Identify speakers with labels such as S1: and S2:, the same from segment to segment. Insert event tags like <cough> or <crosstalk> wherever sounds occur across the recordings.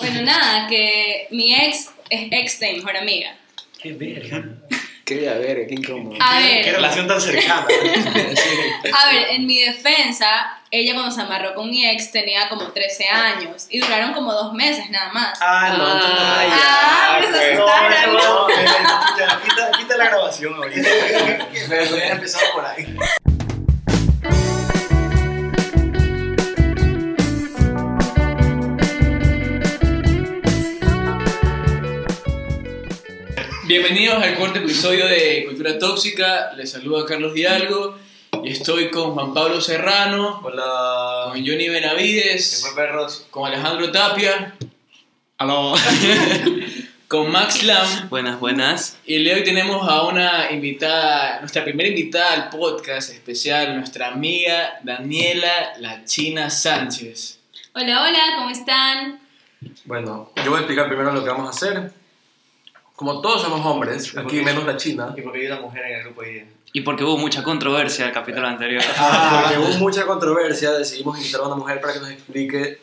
S1: Bueno, nada, que mi ex es ex de mi mejor amiga.
S2: Qué verga.
S3: Qué a ver, qué incómodo.
S1: A
S2: Qué-
S1: ver.
S2: Qué relación tan cercana.
S1: A ver, en mi defensa, ella cuando se amarró con mi ex tenía como 13 años y duraron como dos meses nada más.
S2: <laughs> Ah, no, no, no.
S3: Ay,
S1: Ah,
S3: ya,
S1: pues
S3: güey.
S1: así
S2: No,
S1: está
S2: eso no,
S1: grabando.
S2: eh, ya, quita, quita la grabación ahorita.
S4: <laughs> Pero hubiera empezado por ahí.
S5: Bienvenidos al cuarto episodio de Cultura Tóxica. Les saluda Carlos Hidalgo y estoy con Juan Pablo Serrano, con
S4: Hola.
S5: Johnny
S4: ¿Qué
S5: Benavides,
S4: fue, perros?
S5: con Alejandro Tapia,
S3: Aló.
S5: <laughs> con Max Lam
S3: Buenas, buenas.
S5: y el día de hoy tenemos a una invitada, nuestra primera invitada al podcast especial, nuestra amiga Daniela La China Sánchez.
S1: Hola, hola, ¿cómo están?
S6: Bueno, yo voy a explicar primero lo que vamos a hacer. Como todos somos hombres, aquí menos la China,
S4: Y porque hay una mujer en el grupo hoy día.
S7: Y porque hubo mucha controversia el
S3: Ah.
S7: capítulo anterior.
S6: porque hubo mucha controversia, decidimos invitar a una mujer para que nos explique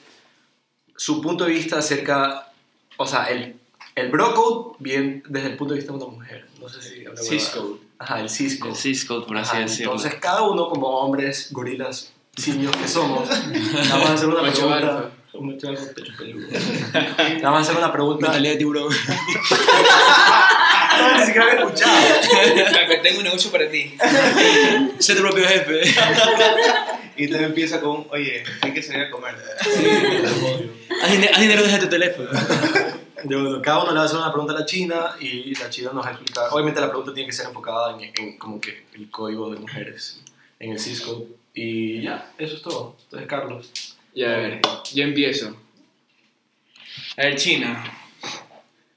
S6: su punto de vista acerca, o sea, el, el bro code bien desde el punto de vista de una mujer. No sé si... habrá huevada.
S5: Cisco.
S6: Ajá, el Cisco.
S7: El Cisco, por
S3: Ah,
S7: así
S6: Ajá,
S7: decirlo.
S6: Entonces cada uno como hombres, gorilas, simios que somos, le vamos a hacer una
S5: Macho
S6: pregunta.
S5: alfa.
S6: Un macho alfa, pecho peludo. Le vamos a hacer una pregunta.
S3: Mentalidad de tiburón.
S6: No, ni siquiera había escuchado.
S5: tengo un negocio para ti.
S3: <laughs> Sé tu propio jefe.
S4: Y te empieza con, oye, hay que salir a comer.
S3: Haz dine- haz dinero desde tu teléfono.
S6: Yo, bueno, cada uno le va a hacer una pregunta a la China y la China nos va a explicar. Obviamente la pregunta tiene que ser enfocada en, en como que el código de mujeres en el Cisco. Y ya, eso es todo. Entonces, Carlos.
S5: Ya, a ver, yo empiezo. A ver, China,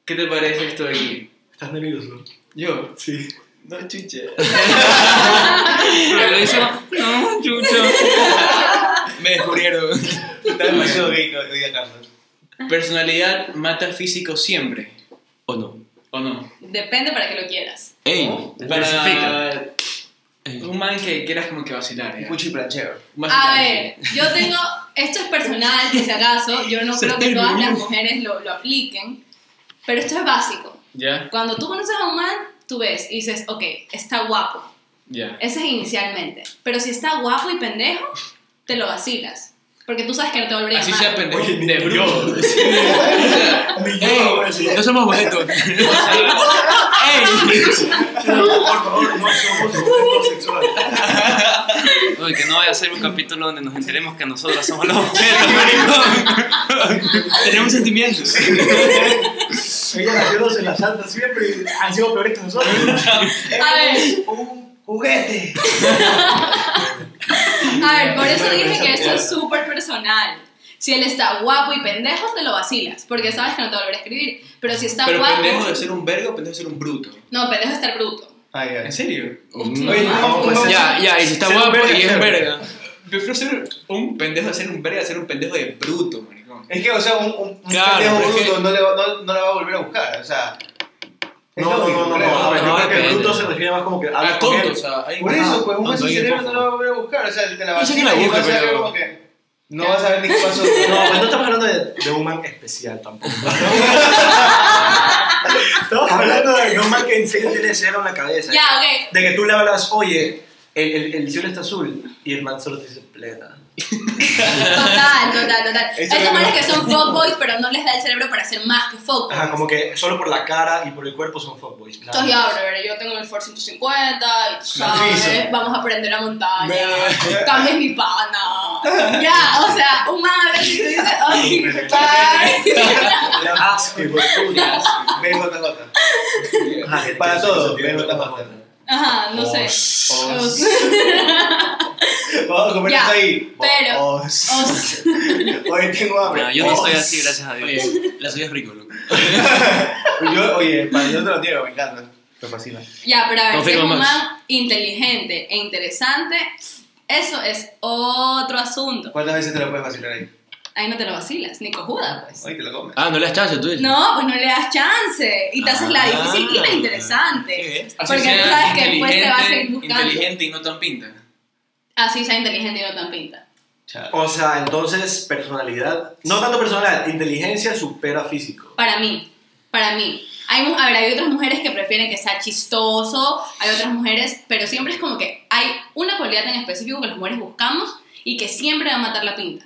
S5: ¿qué te parece esto de aquí?
S6: ¿Estás nervioso?
S5: Yo,
S6: Sí.
S5: no <laughs> chuche.
S7: Pero hizo, no, chucho.
S5: Me descubrieron.
S4: Está demasiado gay hoy día, Carlos.
S5: Personalidad mata físico siempre,
S3: ¿O no?
S5: ¿o no?
S1: Depende para que lo quieras.
S3: Ey.
S5: Para Eh. un man que quieras como que vacilar. ¿ya?
S4: Cuchi planchero.
S5: Un
S2: Pues
S1: A
S5: vacilante.
S1: ver, yo tengo, esto es personal, por si acaso,
S2: <laughs>
S1: yo no creo que todas las mujeres lo, lo apliquen, pero esto es básico.
S5: ¿Ya?
S1: Cuando tú conoces a un man, tú ves y dices, ok, está guapo.
S5: Ya.
S1: Ese es inicialmente. Pero si está guapo y pendejo, te lo vacilas. Porque tú sabes que no te volvería a
S5: Así
S1: amar.
S5: sea pendejo.
S6: Oye, ni
S5: De
S6: yo.
S5: bro.
S3: Ey, no somos boletos. <laughs> Ey.
S6: Por favor, no somos homosexuales.
S7: Oye, que no vaya a ser un capítulo donde nos enteremos que nosotros somos los perros.
S3: Tenemos sentimientos.
S6: Ella nació en la santa siempre y han sido peores que nosotros.
S1: A ver,
S4: Un juguete.
S1: a ver, por eso dije que esto es súper personal. Si él está guapo y pendejo, te lo vacilas. Porque sabes que no te volverá a escribir. Pero si está
S5: Pero
S1: guapo.
S5: pendejo de ser un vergo, pendejo de ser un bruto.
S1: No, pendejo es estar bruto.
S4: Ah, ya.
S5: ¿En serio?
S4: Oye, no, pues
S3: Ya, ya, y si está
S4: Ser un
S3: guapo
S4: verga,
S3: y es
S4: ser.
S3: verga.
S5: Prefiero ser un pendejo de ser un verga, de ser un pendejo de bruto, maricón.
S4: Es que, o sea, un, un, un
S3: Claro,
S4: pendejo
S3: pero es
S4: bruto no, le va, no, no la va a volver a buscar, o sea... es
S6: No, no,
S4: lógico,
S6: no, no.
S4: creo.
S6: no, a ver, yo
S7: No,
S6: creo que el
S7: depende.
S6: bruto se refiere más como que
S5: A
S6: habla
S5: la
S6: con
S5: Ah, tonto,
S6: él.
S5: o sea, hay-
S4: Por eso, pues un
S5: Ajá,
S4: macho
S5: soy
S4: cerebro
S5: fofo.
S4: no lo va a volver a buscar, o sea, si te la
S3: Yo sé que la
S4: vacilas y
S3: busca,
S4: vas a ver
S3: pero-
S4: como que... No vas a ver ni qué pasó.
S6: No, pues no estamos hablando de, de un man especial
S4: <laughs>
S6: tampoco. estamos hablando de un man que en serio tiene cero en la cabeza.
S1: Ya, ok.
S6: De que tú le hablas, oye, el, el, el cielo está azul y el man solo te dice plena.
S1: Total, total, total.
S4: Eso
S1: Hay
S4: no-
S1: manes que son fuckboys, pero no les da el cerebro para hacer más que fuckboys.
S6: Ajá, como que solo por la cara y por el cuerpo son fuckboys. nada
S1: Entonces, ya,
S6: más.
S1: brother, yo tengo el Ford 150 y tú sabes,
S4: Macizo.
S1: vamos a aprender la montaña, Cambia mi pana. Ya, o sea, un man habla y tú dices, ay, bye.
S6: Le asco y por culo.
S4: BJJ.
S6: Ajá, que-
S4: Para
S6: que-
S4: todo,
S6: que- que-
S4: BJJ.
S1: Ajá, no sé. Os.
S4: Vamos a comer
S1: Ya,
S4: esto ahí.
S1: pero- <laughs>
S4: Os.
S1: Os.
S4: Hoy tengo hambre.
S7: No, yo no
S4: Os.
S7: soy así, gracias a
S3: Oye,
S7: Dios.
S3: la suya es rico, loco.
S4: Yo, oye, para yo te lo niego, me encanta. Me fascina.
S1: Ya, pero a ver, si es
S3: Confirma,
S1: un
S3: Max.
S1: man inteligente e interesante, eso es otro asunto.
S4: ¿Cuántas veces te lo puedes vacilar ahí?
S1: Ahí no te lo vacilas, ni cojuda, pues.
S4: Hoy te lo comes.
S3: Ah, no le das chance, tú dices.
S1: No, pues no le das chance y te haces la
S3: Ah.
S1: difícil y la interesante.
S5: Así
S1: Porque
S5: sea
S1: tú sabes que después te vas a ir
S5: inteligente-
S1: buscando.
S5: Inteligente y no tan pinta.
S1: Así sea inteligente y no tan pinta.
S6: O sea, entonces personalidad, no tanto personalidad, inteligencia supera físico.
S1: Para mí, para mí. Hay, mu- a ver, hay otras mujeres que prefieren que sea chistoso, hay otras mujeres, pero siempre es como que hay una cualidad en específico que las mujeres buscamos y que siempre va a matar la
S6: <laughs>
S1: pinta.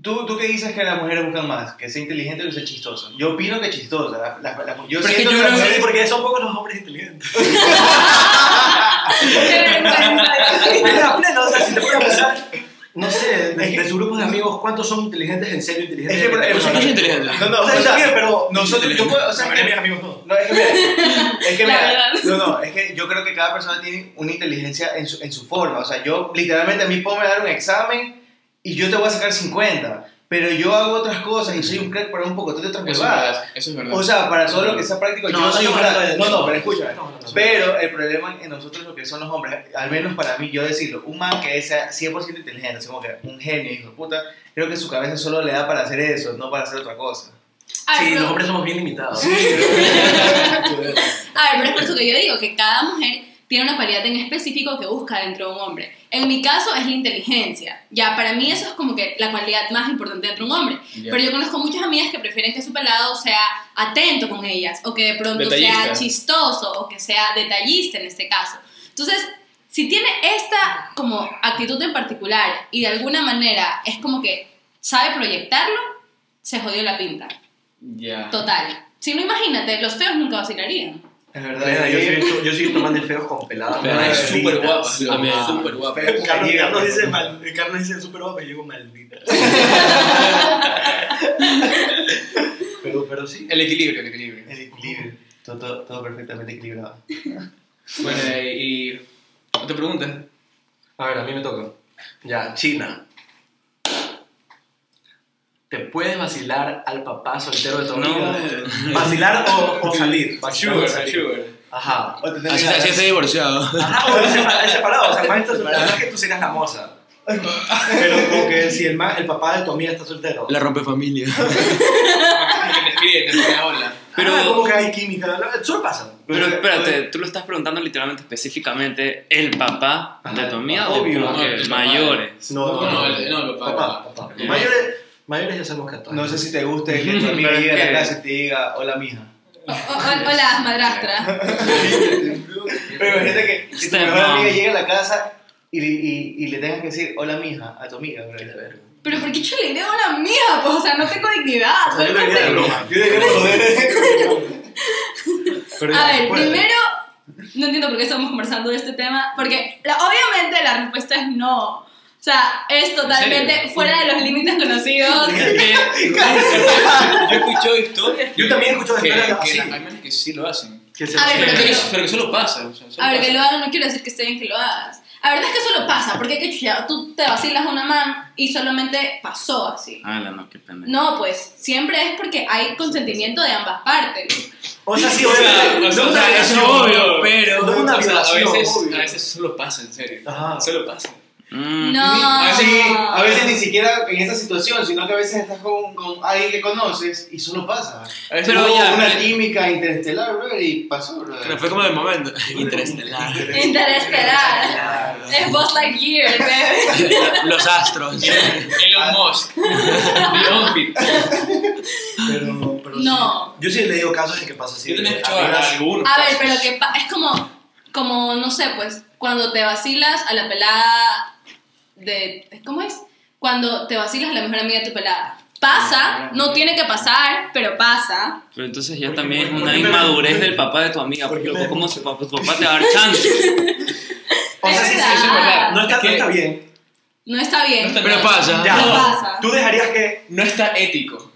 S4: ¿Tú, ¿Tú qué dices que las mujeres buscan más? ¿Que sea inteligente o que sea chistoso? Yo opino que chistosa. La, la- la-
S8: Pero
S4: yo
S8: es que
S4: siento
S8: yo
S4: que las
S8: no-
S4: mujeres-
S6: Porque son pocos los hombres inteligentes.
S1: Qué vergüenza.
S6: Plena, plena, o sea, si te pones a pensar, no sé, de, de su grupo de amigos, ¿cuántos son inteligentes en serio inteligentes?
S4: Es que, por-
S6: O sea,
S8: Yo soy inteligente.
S4: No, no,
S6: o sea, está
S4: o sea,
S6: bien, pero
S4: nosotros, yo puedo, o sea,
S9: La
S4: es que-
S9: mayoría de mis amigos no.
S4: No, es que mira, es
S1: <laughs>
S4: que
S1: La
S4: mira,
S1: verdad.
S4: no, no, es que yo creo que cada persona tiene una inteligencia en su, en su forma, o sea, yo literalmente a mí puedo me dar un examen y yo te voy a sacar 50, pero yo hago otras cosas y soy un crack para un poco de otras
S5: Eso es verdad.
S4: cosas.
S5: Eso es verdad.
S4: O sea, para todo lo que sea práctico,
S6: No,
S4: yo
S6: no
S4: soy un
S6: estamos hablando
S4: crack.
S6: de-
S4: No, no, pero escucha.
S6: Estamos hablando de-
S4: Pero el problema en nosotros lo que son los hombres, al menos para mí, yo decirlo, un man que sea 100% inteligente, así como que un genio, hijo de puta, creo que su cabeza solo le da para hacer eso, no para hacer otra cosa.
S1: A ver,
S6: Sí, los
S1: pero-
S6: hombres somos bien limitados.
S1: A ver, pero es por eso que yo digo que cada mujer tiene una cualidad en específico que busca dentro de un hombre. En mi caso es la inteligencia. Ya, para mí eso es como que la cualidad más importante dentro de un hombre. Pero yo conozco muchas amigas que prefieren que su pelado sea atento con ellas, o que de pronto sea
S5: Detallista.
S1: chistoso, o que sea detallista en este caso. Entonces, si tiene esta como actitud en particular y de alguna manera es como que sabe proyectarlo, se jodió la pinta.
S5: Ya.
S1: Total. Si no, imagínate, los feos nunca vacilarían.
S4: Es verdad.
S6: Plena, yo
S4: yo-
S6: soy yo soy tomando el feo con peladas.
S8: Pero es
S6: malditas.
S8: súper guapa.
S5: Ah,
S8: Es súper guapa.
S4: Pero
S9: Carlos,
S4: cañiga,
S9: Carlos
S4: ¿no?
S9: dice, mal, Carlos dice super guapa y yo digo maldita.
S6: Pero, pero sí.
S5: El equilibrio, el equilibrio.
S4: El equilibrio. Todo, todo, todo perfectamente equilibrado.
S5: Bueno, y. y- Otra pregunta.
S6: A ver, a mí me toca. Ya, China. ¿Te puedes vacilar al papá soltero de tu
S3: No.
S6: amiga? ¿Vacilar o, o salir? Vacilar o
S5: Sugar,
S6: salir.
S5: sugar.
S6: Ajá.
S4: O Pues te tenés
S8: Así
S4: que-
S8: así está divorciado.
S6: Ajá, o separa- separado. O sea, el man está soltero. No es que tú seas la moza. Pero como que si el, man- el papá de tu amiga está soltero.
S8: La rompe familia.
S5: Que te escribe, te pone hola.
S3: Pero-
S6: Ah, como que hay química. la- Eso pasa.
S3: Pero espérate, tú lo estás preguntando literalmente específicamente el papá de tu amiga o
S6: Obvio,
S3: como
S5: no,
S3: que
S5: el papá.
S4: <laughs>
S3: mayores.
S6: No,
S5: No, no, el- no, el papá,
S6: Papá,
S5: papá.
S6: papá. Mayores, mayores ya somos 14.
S4: No sé si te guste que tu amiga
S3: Pero es
S4: llegue a la
S3: que-
S4: clase y te diga, hola mija.
S1: O- o- o- Hola, madrastra.
S4: Pero imagínate que, que tu
S3: Step
S4: mejor
S3: mom.
S4: amiga llegue a la casa y, y, y le tengas que decir, hola mija, a tu amiga. bro.
S1: Pero ¿por qué yo le digo a una mía? Pues, o sea, no tengo dignidad.
S6: O sea, yo lo diría de broma.
S4: Yo diría, <laughs> "Joder".
S6: Pero ya,
S1: A ver,
S6: acuérdate.
S1: primero, no entiendo por qué estamos conversando de este tema, porque la- obviamente la respuesta es no. O sea, es totalmente fuera de los límites conocidos.
S5: Yo he escuchado historias.
S6: Yo también he escuchado
S5: que-
S6: historias
S5: que
S6: así.
S5: Hay manes que sí lo hacen.
S6: Que se
S1: A ver,
S5: Pero
S1: pero
S5: que,
S1: yo-
S5: pero que solo pasa. O sea, solo
S1: A ver,
S5: pasa.
S1: que lo hagas no quiero decir que esté bien que lo hagas. La verdad es que solo pasa, porque qué chucha, tú te vacilas a una man y solamente pasó así.
S3: Ah, la no, qué pendejo.
S1: No, pues, siempre es porque hay consentimiento de ambas partes.
S6: O sea, sí,
S5: O sea,
S6: obviamente,
S5: o sea,
S6: no
S5: o
S6: una
S5: sea, es
S6: relación,
S5: obvio, pero.
S6: No una
S5: o sea, a,
S6: violación,
S5: veces,
S6: obvio.
S5: a veces solo pasa, en serio.
S6: Ajá.
S5: Solo pasa.
S3: Mm,
S1: No.
S4: A veces, a veces ni siquiera en esa situación, sino que a veces estás con, con alguien que conoces y solo pasa.
S5: A veces
S3: Pero
S4: Hubo
S3: ya,
S4: una
S3: eh.
S4: química interestelar, bro, y pasó, bro.
S8: Pero fue como del
S6: <laughs>
S8: momento. Interestelar.
S1: Interestelar. Es Buzz
S6: <laughs>
S1: Lightyear, bebé.
S8: Los astros.
S5: Elon
S6: <laughs>
S5: Musk.
S6: Ah,
S5: Elon Musk.
S6: Pero, pero sí.
S1: No.
S6: Yo sí le digo casos en que pasa así.
S5: Yo también he
S6: de
S5: escuchado
S6: amigas-
S5: a algunos.
S1: A ver,
S5: casos.
S1: pero que pa- es como, como, no sé, pues, cuando te vacilas a la pelada de... ¿Cómo es? Cuando te vacilas a la mejor amiga de tu pelada.
S6: Ah,
S1: Pasa, no tiene que pasar, pero pasa.
S3: Pero entonces ya
S6: Porque-
S3: también es
S6: porque-
S3: una
S6: porque-
S3: inmadurez del papá de tu amiga.
S6: porque-
S3: Porque loco, ¿cómo se, papá, tu papá te va a dar
S1: <laughs>
S3: chance?
S6: O sea,
S1: Es
S6: sí, sí,
S1: verdad.
S6: eso es verdad. No está,
S5: Es que-
S6: no está bien.
S1: No está bien.
S5: No está
S8: Pero pasa.
S6: Ya.
S1: No pasa.
S6: Tú dejarías que.
S5: No está ético.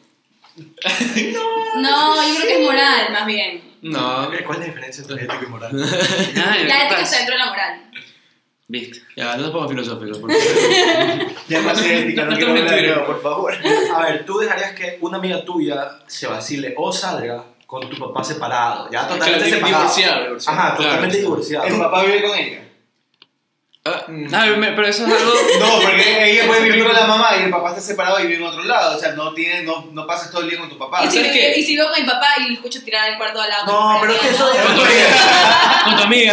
S1: No, yo creo que es moral, más bien.
S8: No.
S6: ¿Cuál es la diferencia entre ética y moral?
S3: Ay,
S1: La ética
S3: papá.
S1: está dentro de la moral.
S3: Viste.
S8: Ya, no nos pongamos filosóficos. por favor.
S4: Ya pasé ética, no
S5: No
S4: quiero
S5: te
S4: hablar de
S5: metas.
S4: nuevo, por favor.
S6: A ver, tú dejarías que una amiga tuya se vacile o salga con tu papá separado. Ya
S5: Claro,
S6: totalmente separado.
S5: divorciado, divorciado.
S6: Ajá,
S5: Claro.
S6: totalmente
S4: ¿El
S6: divorciado.
S4: papá vive con ella?
S8: Ah,
S3: Ay, me- pero eso es algo.
S4: <laughs> No, <laughs> porque ella puede vivir con la mamá y el papá está separado y vive en otro lado. O sea, no, tiene, no, no pasas todo el día con tu papá.
S1: y, si
S5: ¿sabes
S1: vivo,
S5: qué?
S1: y si vivo con mi papá y lo escucho tirar el cuarto al lado.
S3: <laughs>
S6: No, pero es que eso
S8: Con tu amiga. Con tu amiga.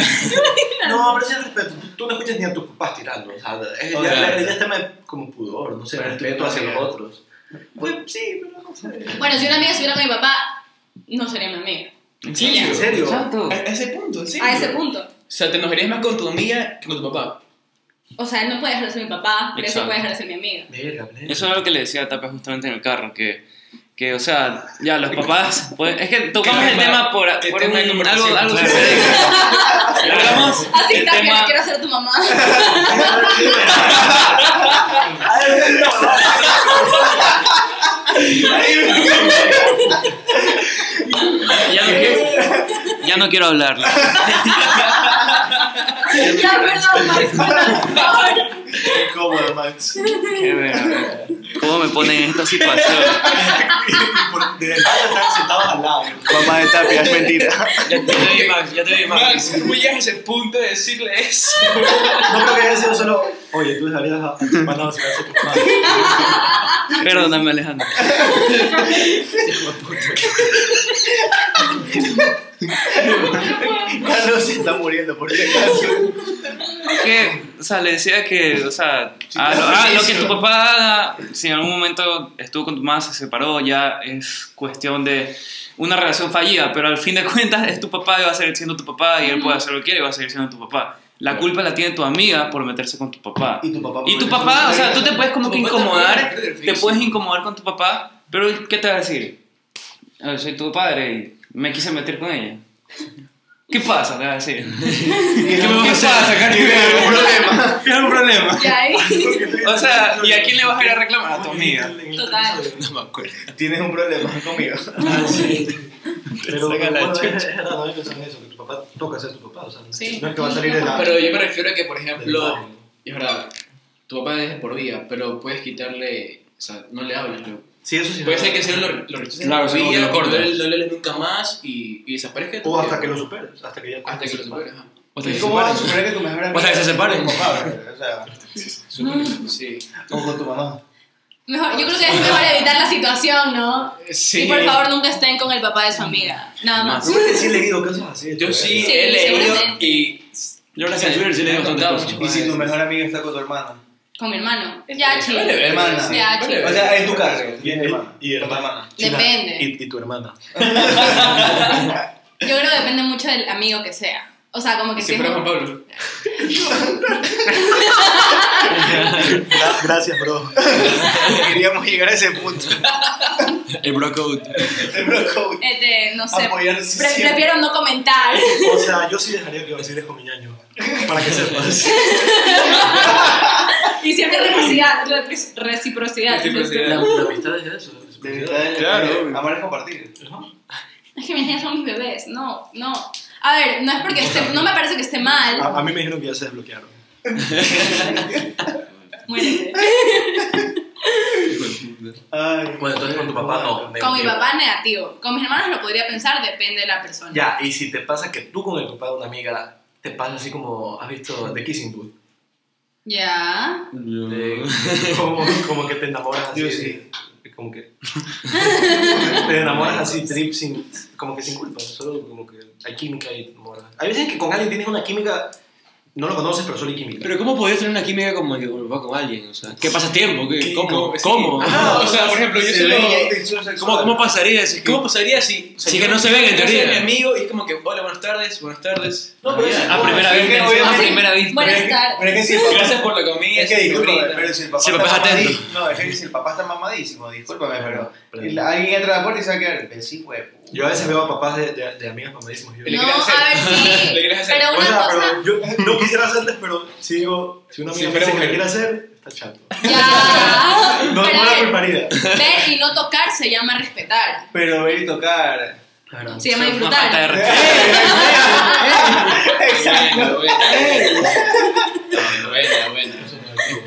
S6: No, pero sí es respeto. Tú
S10: tú no escuchas ni a tus papás tirando. O sea, es, ya,
S11: O sea,
S10: ya- ya es tema de como pudor, no sé,
S4: Respeto
S10: respeto hacia
S4: hacia-
S10: los otros. Pues sí, pero no sé.
S1: Bueno, si una amiga estuviera con mi papá, no sería mi amiga.
S5: Sí,
S10: ¿En serio?
S3: Exacto.
S5: A ese punto, sí.
S1: A ese punto.
S5: O sea, te enojarías más con tu amiga que con tu papá.
S1: O sea, él no puede dejar de ser mi papá, pero él sí
S3: Exacto.
S1: puede dejar de ser mi amiga.
S10: Verga, neta.
S3: Eso es lo que le decía a Tapia justamente en el carro, que, que o sea, ya los papás, pues, es que tocamos el
S5: tema-
S3: tema por,
S5: que
S3: por
S5: tema de
S3: un,
S5: conversación,
S3: algo, algo
S5: claro.
S3: diferente. Hablamos
S1: Así
S3: el
S1: también
S3: tema...
S1: no quiero ser tu mamá.
S3: Ya no quiero, ya no quiero hablarlo.
S1: ya, perdón, Max, por favor.
S4: Qué cómodo, Max.
S3: Qué verga. ¿Cómo me ponen en esta situación?
S4: Por- De verdad están sentados al lado. Mamá de Tapia, es mentira.
S11: Ya te vi, Max, ya te <laughs> vi, Max.
S5: Max, ¿cómo llegas a ese punto de decirle eso?
S4: No creo que haya sido solo, oye, tú dejarías a tu hermana vacilar a tu madre.
S1: <laughs>
S3: Perdóname, Alejandro.
S4: Carlos se está muriendo por si acaso.
S3: que, o sea, le decía que, o sea, a lo, a lo que tu papá haga, si en algún momento estuvo con tu mamá, se separó, ya es cuestión de una relación fallida, pero al fin de cuentas es tu papá y va a seguir siendo tu papá y él puede hacer lo que quiere y va a seguir siendo tu papá. La culpa la tiene tu amiga por meterse con tu papá.
S4: Y tu papá.
S3: Y tu
S4: por eso
S6: <laughs>
S3: papá,
S4: no
S3: o sea,
S4: sabía.
S3: tú te puedes como
S5: Tu
S3: que
S5: papá también va a
S3: incomodar,
S5: perder,
S3: te
S5: sí.
S3: puedes incomodar con tu papá, pero él, ¿qué te va a decir? "Ah, Soy tu padre y me quise meter con ella. ¿Qué pasa? Te va a decir.
S4: Y
S3: ¿Qué
S4: no-
S3: me pasa, Cari?
S4: problema.
S3: <laughs> ¿Qué un problema?
S1: Ya eh. ahí.
S3: O sea, ¿y a quién le vas a ir a reclamar? A tu amiga.
S1: Total. Ah,
S11: No me acuerdo.
S4: Tienes un problema conmigo.
S6: Pero
S11: Saca la
S6: bueno,
S11: chucha.
S6: es es raro pensar en eso, que tu papá toca ser tu papá, o sea,
S1: Sí.
S6: no es que va a salir de la...
S5: Pero yo me refiero a que, por
S6: del
S5: ejemplo,
S6: barrio.
S5: es verdad, tu papá es de por vida, pero puedes quitarle, o sea, no le hables, ¿no?
S6: Sí, eso sí.
S5: Puede ser que
S6: es
S5: se
S6: verdad.
S5: lo, lo rechaces
S11: Claro,
S5: por
S11: sí,
S5: vida,
S11: como que lo
S5: no le
S11: cortas.
S5: no le hables nunca más y, y desaparezca.
S6: O hasta que lo superes, hasta que ya...
S5: Hasta que lo superes, ajá.
S11: O sea,
S4: ¿Cómo vas a superar que tu mejor amiga
S11: O sea, que se separen.
S4: con tu papá, bro? O sea,
S5: Sí.
S4: o con tu mamá.
S1: Mejor, yo creo que es mejor evitar la situación, ¿no?
S5: Sí.
S1: Y por favor, nunca estén con el papá de su amiga. Nada más.
S6: Creo que sí he leído cosas así.
S5: Yo sí,
S1: Sí,
S5: he leído
S1: seguramente.
S5: y...
S11: Yo ahora sí en Twitter sí le digo
S5: Me
S11: tantas
S5: contaba
S11: cosas.
S5: mucho.
S4: Y si tu mejor amiga está con tu hermana.
S1: Con mi hermano. Ya, chido.
S5: Vale, vale,
S4: Hermana.
S5: sí,
S1: Ya,
S5: vale,
S1: chico.
S4: O
S5: vale.
S4: sea, en tu caso.
S6: Y-
S4: en tu hermana.
S6: y- y
S4: Con tu
S6: hermana.
S4: hermana.
S6: China,
S1: Depende.
S6: Y, y tu hermana.
S1: Yo creo que depende mucho del amigo que sea. O sea, como que
S5: Si
S1: es
S5: fuera
S1: un-
S5: Juan Pablo.
S6: Gra- gracias, bro.
S4: Queríamos llegar a ese punto.
S11: El brocode.
S4: El <laughs> bro coach.
S1: Este, no
S5: Ah, pues,
S1: sé.
S4: Apoyar
S1: Pre-
S4: siempre.
S1: prefiero no comentar. <laughs>
S6: O sea, yo sí dejaría que vaciles con mi ñaño. Para que sepas.
S1: y siempre reciprocidad. repres- Reciprocidad.
S5: Reciprocidad.
S10: La, la amistad es eso. es
S4: De
S10: curiosidad.
S4: verdad,
S11: Claro.
S4: eh, Amar es compartir.
S1: <laughs> Es que mis niñas son mis bebés. No, no. A ver, no es porque esté, no me parece que esté mal.
S6: A, a mí me dijeron que ya se desbloquearon.
S1: Muérete.
S6: <laughs>
S4: Ay.
S10: Bueno, entonces con tu papá no.
S1: Con mi
S10: negativo.
S1: papá negativo. Con mis hermanos lo podría pensar, depende de la persona.
S10: Ya, y si te pasa que tú con el papá de una amiga te pasa así como, ¿has visto The Kissing Booth?
S1: Ya.
S5: Mm.
S10: De-
S6: Como, como que te enamoras así.
S4: Yo sí.
S6: Como
S10: <laughs>
S6: que. Te enamoras así, trip sin. Como que sin culpa. Solo como que hay química y te enamoras. Hay veces que con alguien tienes una química. No lo conoces, pero solo hay química.
S11: Pero ¿cómo podías tener una química como que con, con alguien? O sea, ¿qué pasa tiempo? ¿Qué-
S5: Sí,
S11: ¿Cómo?
S5: como- sí.
S11: ¿Cómo?
S4: Ah,
S5: Ajá, o sea, por ejemplo, yo
S4: Se
S5: solo...
S4: ve y hay tensión sexual.
S11: ¿Cómo, cómo pasaría si es que-
S5: ¿Cómo pasaría si...
S11: Sí, que no se ven, en
S5: yo soy
S11: teoría.
S5: mi amigo y es como que, hola, buenas tardes, buenas tardes. Ah,
S4: No, pero
S5: Ya.
S4: es-
S3: A primera
S4: Sí,
S3: vista.
S4: que obviamente-
S3: A primera vista.
S1: Buenas
S4: Pero es que-
S1: tardes.
S4: Pero es que si el papá-
S5: Gracias por la comida.
S4: Es que discúlpame,
S5: señorita.
S4: pero si el papá,
S11: Si el
S4: está
S11: papá es atento.
S4: mamadi- No, es que si el papá está mamadísimo, discúlpame, pero el- alguien entra a la puerta y se va a quedar. "Ve, Sí, huevo.
S6: Yo a veces veo a papás de, de, de amigas mamadísimas. Yo,
S5: Le
S1: No,
S5: quería hacer.
S1: a ver,
S6: <laughs>
S5: Le
S1: sí.
S5: quería hacer.
S1: Pero
S6: o
S1: una
S6: sea,
S1: cosa.
S6: pero yo no quisiera hacerles, pero si digo, si una
S5: Si
S6: amiga me
S5: fuera
S6: dice que
S5: mujer.
S6: la quiere hacer, está
S1: <laughs>
S6: chato.
S1: Ya.
S6: <laughs> No, no
S1: Pero a
S6: la
S1: ver,
S6: culparía.
S1: ver y no tocar se llama respetar.
S4: Pero ver y tocar.
S1: Se llama
S3: Una falta de
S1: <laughs> disfrutar.
S3: respeto.
S5: Bueno, bueno. No, Buena, buena.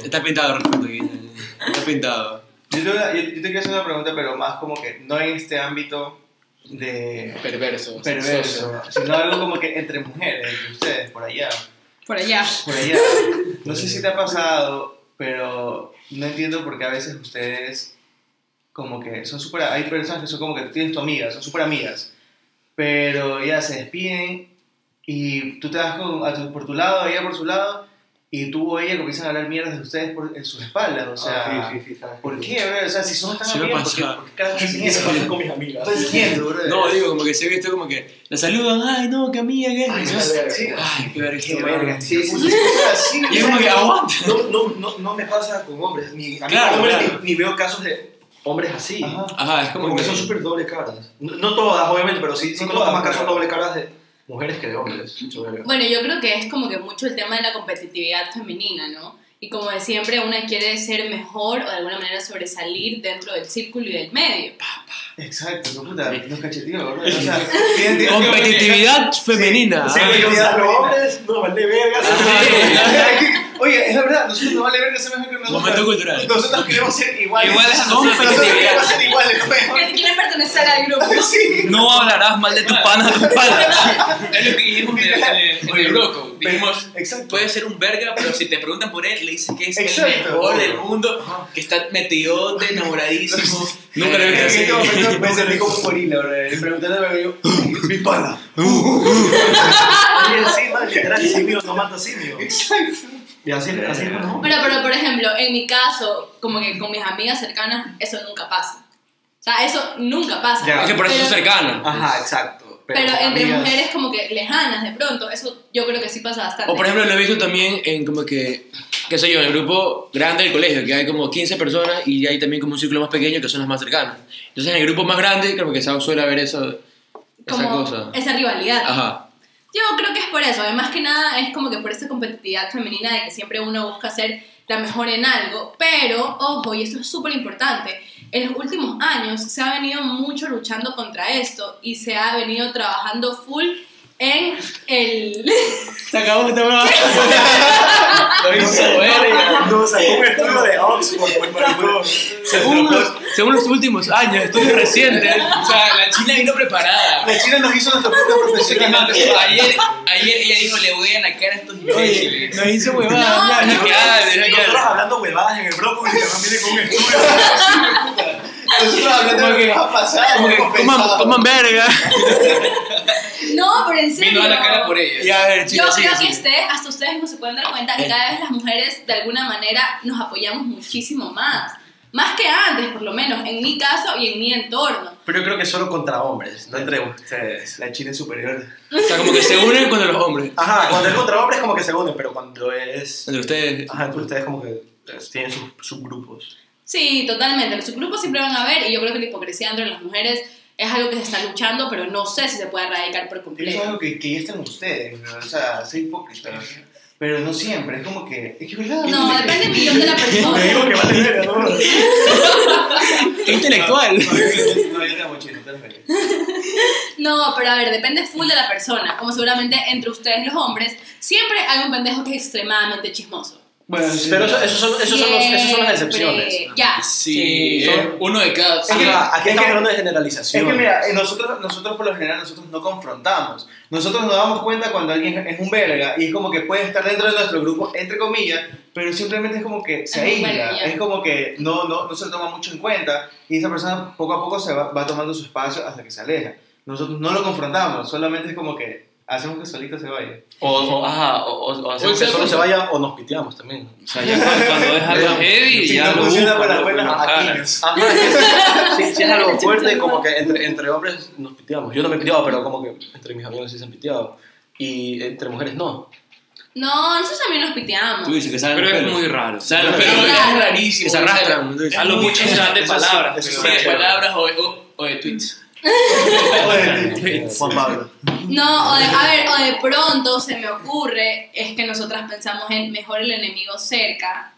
S11: Está pintado de respeto aquí. Está pintado.
S4: Yo te, voy a- yo- yo te quiero hacer una pregunta, pero más como que no en este ámbito
S11: Eh,
S4: de
S5: Perverso. sexoso.
S4: perverso, sino algo como que entre mujeres, entre ustedes, por allá.
S1: Por allá.
S4: Por
S6: <laughs>
S4: allá. No sé si te ha pasado, pero no entiendo por qué a veces ustedes, como que son súper. Hay personas que son como que tú tienes tu amiga, son súper amigas, pero ya se despiden y tú te vas con- a tu- por tu lado, ella por su lado, y tú o ella comienzan a hablar mierdas de ustedes por, en sus espaldas. O sea,
S6: Ah, sí, sí, sí, sabes.
S4: ¿por qué, bro? O sea, si son tan
S11: Sí me
S4: amigos, ¿por qué,
S11: pasa.
S4: por qué cada vez hacen
S6: Eso
S4: eso? Pues,
S6: pasó con mis amigas.
S4: No entiendo, bro.
S11: No, digo, como que se ha visto como que la saludan, ay, no, que amiga, que.
S4: Ay,
S11: Ay,
S4: qué verga.
S11: qué verga,
S4: Qué
S11: qué
S4: verga.
S11: verga.
S4: Sí, sí, sí. O sea, sí,
S11: Y es como que aguanta.
S6: No, no, no, no me pasa con hombres. Ni, a mí
S11: Claro,
S6: con hombres
S11: claro.
S6: Ni, ni veo casos de hombres así.
S4: Ajá.
S11: Ajá, es
S6: Como que son súper doble caras. No, no todas, obviamente, pero sí, sí
S4: No
S6: conozco
S4: todas,
S6: más casos
S4: claro.
S6: doble caras de mujeres que de hombres. yo creo. <laughs>
S1: Bueno, yo creo que es como que mucho el tema de la competitividad femenina, ¿no? Y como de siempre, una quiere ser mejor o de alguna manera sobresalir dentro del círculo y del medio.
S4: Exacto, qué puta, los cacheteos, bro. O sea, tienen- <laughs> tienen-
S11: Competitividad femenina.
S4: Sí,
S11: ah.
S4: güey,
S6: Yo,
S4: o
S6: o
S4: sea,
S6: sea, los
S4: lo-
S6: hombres no vale verga.
S4: Oye, es la verdad, nosotros no vale verga ser mejor que nosotros.
S11: Momento cultural.
S4: Nosotros queremos ser iguales.
S3: Iguales a nosotros.
S4: Nosotros queremos ser iguales.
S1: Que quieren pertenecer al
S11: <laughs>
S1: grupo.
S4: ¿no? Sí.
S3: No hablarás mal de tu pana a tu pana.
S5: Es lo que dijimos en el, en el, en el Broco. Dijimos,
S4: Exacto.
S5: puede ser un verga, pero si te preguntan por él, le dices que es el
S4: Exacto.
S5: mejor del mundo, que está metido, enamoradísimo. Eh,
S11: Nunca le
S4: En
S11: viste
S4: este
S11: así.
S4: momento me sentí como un gorila, bro. Y preguntándome a yo, mi pana.
S6: Oye, sí, man, literal, simio no mata simio. Y así, así es, ¿no?
S1: Pero, pero, por ejemplo, en mi caso, como que con mis amigas cercanas, eso nunca pasa. O sea, eso nunca pasa.
S6: Ya.
S11: Es que por eso
S1: Pero-
S11: son cercanos.
S6: Ajá, exacto.
S1: Pero, entre
S6: amigas- <laughs>
S1: mujeres como que lejanas, de pronto, eso yo creo que sí pasa bastante.
S11: O por ejemplo, lo he visto también en como que, qué sé yo, en el grupo grande del colegio, que hay como 15 personas y hay también como un círculo más pequeño que son las más cercanas. Entonces en el grupo más grande creo que se suele ver eso, esa
S1: Como
S11: cosa.
S1: esa rivalidad.
S11: Ajá.
S1: Yo creo que es por eso, además que nada es como que por esa competitividad femenina de que siempre uno busca ser la mejor en algo, pero ojo, y esto es súper importante, en los últimos años se ha venido mucho luchando contra esto y se ha venido trabajando full en el... <laughs>
S5: Se acabó esta
S11: <laughs>
S5: broma. Lo hizo verga.
S6: No, sacó un estudio de Oxford, por maricón.
S5: Según los, según los últimos años, estudios recientes, o sea, la China vino
S4: <laughs>
S5: preparada.
S4: La China nos hizo nuestra puta profesión.
S5: Ayer, ayer ella dijo, le voy a nacar a estos imbéciles.
S11: No hice
S1: No,
S11: huevada.
S1: no,
S6: Nosotros hablando huevadas en el brócoli, que no viene con un estudio.
S1: <laughs>
S4: Nosotros hablando de lo que va a pasar.
S11: Como que
S4: hemos
S11: coman,
S4: pensado.
S11: coman verga.
S1: No, pero en serio.
S5: Vino a la cara por ella.
S11: Y a ver,
S1: Yo creo
S11: chicas, sigue,
S1: que
S11: sigue.
S1: ustedes, hasta ustedes no se pueden dar cuenta
S11: Eh.
S1: que cada vez las mujeres de alguna manera nos apoyamos muchísimo más. Más que antes, por lo menos, en mi caso y en mi entorno.
S6: Pero yo creo que solo contra hombres, no entre ustedes.
S4: La China es superior.
S11: O sea, como que se unen cuando los hombres.
S6: Ajá, cuando es contra hombres como que se unen, pero cuando es...
S11: Entre ustedes.
S6: Ajá, entre ustedes como que eh, tienen sus subgrupos.
S1: Sí, totalmente. Los subgrupos siempre van a haber y yo creo que la hipocresía entre las mujeres es algo que se está luchando, pero no sé si se puede erradicar por
S4: Eso es
S1: completo.
S4: algo que, que ya están ustedes, ¿no? o sea, soy hipócrita. ¿no? Pero no siempre, es como que. Es que verdad.
S1: No, depende del millón de la
S6: Me digo
S1: persona.
S6: que vale verga, ¿no?
S11: Qué intelectual.
S4: No, yo- <laughs> no, yo te amo, China, tú eres feliz.
S1: No, pero a ver, depende full de la persona. Como seguramente entre ustedes los hombres, siempre hay un pendejo que es extremadamente chismoso.
S4: Bueno, sí,
S6: Pero eso, esos son, esos son los, esos son las excepciones.
S1: Siempre. Ya.
S5: Sí,
S6: Son-
S5: uno de cada.
S4: Es que-
S6: Ajá, aquí
S4: es
S6: estamos
S4: que-
S6: hablando de
S4: Es
S6: generalización.
S4: que mira, eh, nosotros, nosotros por lo general nosotros no confrontamos. Nosotros nos damos cuenta cuando alguien es un verga y es como que puede estar dentro de nuestro grupo, entre comillas, pero simplemente es como que
S1: Es
S4: se
S1: un
S4: aísla,
S1: verga.
S4: es como que no, no, no se lo toma mucho en cuenta y esa persona poco a poco se va, va tomando su espacio hasta que se aleja. Nosotros no lo confrontamos, solamente es como que hacemos que solito se vaya.
S6: O, o, ajá, o, o, o hacemos
S5: O
S6: que
S5: sea,
S6: solo
S5: cuando-
S6: se vaya o nos piteamos también.
S3: O sea, ya cuando- cuando es algo heavy,
S4: Si
S3: ya
S4: no
S3: lo
S4: funciona
S3: busco, Ah,
S4: para
S3: lo-
S4: buenas,
S3: lo encaras.
S4: aquí.
S6: Ajá, es que sí, sí es algo fuerte, como que entre, entre hombres nos piteamos. Yo no me he piteado, pero como que entre mis amigos sí se han piteado. Y entre mujeres no.
S1: No, nosotros también nos piteamos.
S11: Tú dices que salen
S3: Pero
S11: los
S3: es
S11: pelos.
S3: muy raro.
S11: Salen los
S5: Pero
S11: pelos.
S5: es rarísimo.
S11: Que se arrastran. tú dices.
S3: A lo mucho se dan de palabras.
S6: eso
S5: Sí,
S3: pero-
S5: de
S6: chévere.
S5: palabras o de, o- o de
S11: <laughs>
S5: tweets. <laughs>
S6: Eh, Juan Pablo.
S1: No, o de- a ver, o de pronto se me ocurre, es que nosotras pensamos en mejor el enemigo cerca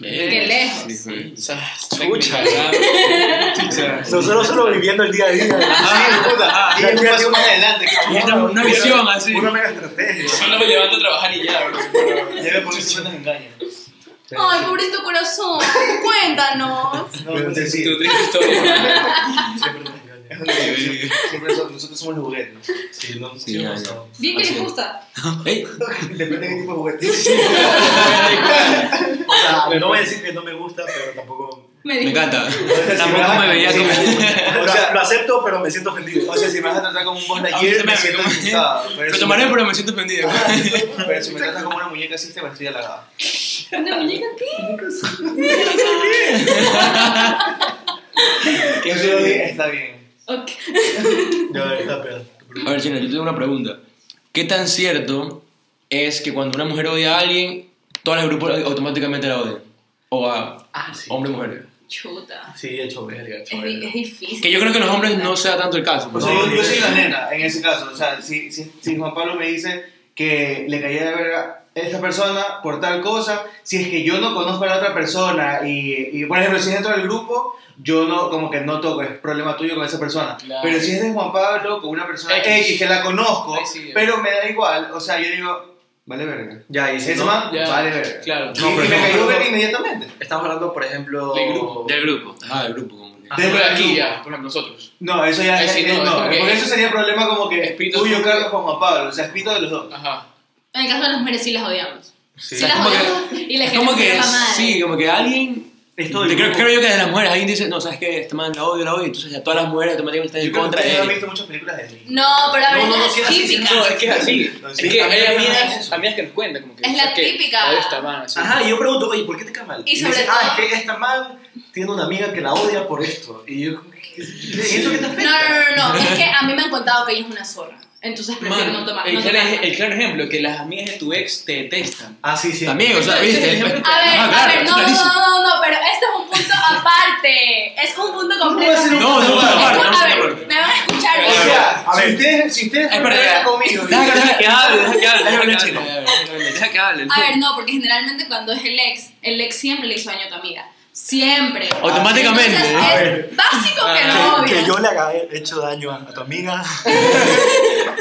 S1: que lejos.
S5: Eh, O sea,
S6: Chucha.
S5: <laughs> Chucha.
S6: Nosotros solo viviendo el día a día.
S4: Sí, puta, y es un paso Ah, más adelante.
S11: Y es una- una visión así.
S6: Una mega estrategia.
S5: Solo me levanto a trabajar y ya, bro.
S4: Ya me pones siempre nos engañan.
S1: Ay, pobrecito corazón, cuéntanos.
S4: No, no sé si-
S5: Tu triste historia.
S6: Siempre nos engaña.
S4: es una diversión. Siempre son- nosotros somos los juguetes.
S11: <laughs>
S6: Sí, no,
S11: Sí, ya, ya.
S1: Bien que les gusta.
S11: Ey,
S4: Depende de qué tipo de
S6: <laughs>
S4: juguete.
S11: pues- <laughs>
S6: O sea, no voy a decir que no me gusta, pero tampoco
S1: Me
S11: Me
S1: dijo.
S11: encanta.
S3: Tampoco me veía como
S6: <laughs> O sea, lo acepto, pero me siento ofendido.
S4: O sea, si me vas a tratar como un Buzz
S11: A mí se
S4: Lightyear,
S11: me
S4: me
S11: hace
S4: siento
S11: como-
S4: insultado.
S11: Lo
S4: si-
S11: tomaré, pero me siento ofendido.
S4: Pero si me tratas como una muñeca así, te me estoy halagado.
S1: ¿Una muñeca qué?
S4: Yo se lo dije, está bien.
S1: Ok.
S6: Ya, está peor.
S11: A ver, Chino, yo tengo una pregunta. ¿Qué tan cierto es que cuando una mujer odia a alguien, todos los grupos automáticamente la odian? O a hombre y mujer.
S1: Chuta.
S6: Sí, he hecho verga, he hecho
S1: Es, di-
S6: verga.
S1: es difícil.
S11: Que yo creo que en los hombres no sea tanto el caso.
S4: O
S11: pues.
S4: sea, yo, yo soy la nena en ese caso. O sea, si, si, si Juan Pablo me dice que le caía de verga a esta persona por tal cosa, si es que yo no conozco a la otra persona y, y, por ejemplo, si es dentro del grupo, yo no, como que no toco, es problema tuyo con esa persona.
S5: Claro.
S4: Pero si es de Juan Pablo con una persona X,
S5: X.
S4: que la conozco,
S5: Ahí sí, eh. ya.
S4: pero me da igual, o sea, yo digo, vale verga.
S6: Ya, y si
S4: Ese
S6: no,
S4: man,
S5: ya,
S4: vale verga.
S5: claro.
S4: Y,
S6: No, pero
S4: y me
S6: no,
S4: cayó
S6: no,
S4: verga
S6: no.
S4: inmediatamente.
S6: estamos hablando, por ejemplo...
S5: Del grupo.
S3: del <laughs> grupo.
S11: Ajá, el grupo. como que-
S6: Ah,
S5: Por
S4: Pero
S5: aquí
S4: tú-
S5: ya, por ejemplo, nosotros.
S4: No, eso ya
S5: Ahí sí,
S4: es, eh,
S5: no,
S4: no,
S5: es como que-
S4: porque eso sería problema como que
S5: Es pito
S4: tuyo,
S5: tuyo.
S4: Carlos, con Juan Pablo, o sea, es pito de los dos.
S5: Ajá.
S1: En el caso de las mujeres sí las odiamos. Sí,
S11: O sea,
S1: las
S11: como que-
S1: odiamos y les
S11: es
S1: queremos
S11: como que,
S1: ver la madre.
S11: sí, como que alguien...
S6: Esto
S11: Yo creo, creo yo que de las mujeres alguien dice, no, sabes que
S5: Este
S11: esta man la odio, la odio, entonces ya todas las mujeres automáticamente
S4: Yo
S11: están en
S4: creo
S11: contra
S4: que
S11: de
S4: ustedes han
S11: ella.
S4: visto muchas películas de mí.
S1: No, pero a ver,
S6: no, no, sí,
S1: es
S6: así,
S1: típica.
S5: No, es que es así.
S4: No,
S5: Es
S4: sí,
S5: que
S4: a mí
S5: hay
S4: me pasa
S5: amigas,
S4: eso.
S5: amigas que nos cuentan. Como que,
S1: Es la
S5: ¿sabes qué?
S1: típica.
S5: Odio esta man, así.
S6: Ajá, y yo pregunto, oye, ¿por qué te cae mal?
S1: Y
S6: me
S1: sobre
S6: dice,
S1: todo-
S6: ah, es que esta man tiene una amiga que la odia por esto. Y yo, ¿qué- qué- ¿y eso qué te
S1: No,
S6: afecta?
S1: no, no, no, es que a mí me han contado que ella es una zorra. Entonces prefiero
S5: Man,
S1: no tomar.
S5: el,
S1: no
S5: claro,
S1: tomarla.
S5: el claro ejemplo, que las amigas de tu ex te detestan.
S6: Ah, sí, sí.
S11: También, o sea,
S5: Ese es el
S11: viste.
S5: ejemplo que-
S1: A ver,
S11: Ajá,
S1: a
S11: Ah, claro,
S1: ver,
S11: es
S1: no, no,
S11: clarísimo.
S1: no, no, pero este es un punto aparte. Es un punto completo.
S4: va a ser un
S11: No, no,
S1: Esto-
S11: no, aparte, no,
S1: A
S11: no,
S1: ver, me van a escuchar.
S4: O sea, si ustedes, si ustedes
S11: Ay,
S4: fueran
S11: espera, ya.
S4: conmigo,
S11: Deja que-
S3: Deja que hable, deja que hable,
S11: Déjame hablar,
S3: deja que
S11: chico.
S3: hable. Deja que hable.
S1: A ver, no, porque generalmente cuando es el ex, el ex siempre le hizo daño a tu amiga. Siempre.
S11: Automáticamente.
S1: Entonces,
S6: A
S1: es básico que no
S6: Ah, Que, que
S1: obvio.
S6: yo le haga hecho daño a, a tu amiga.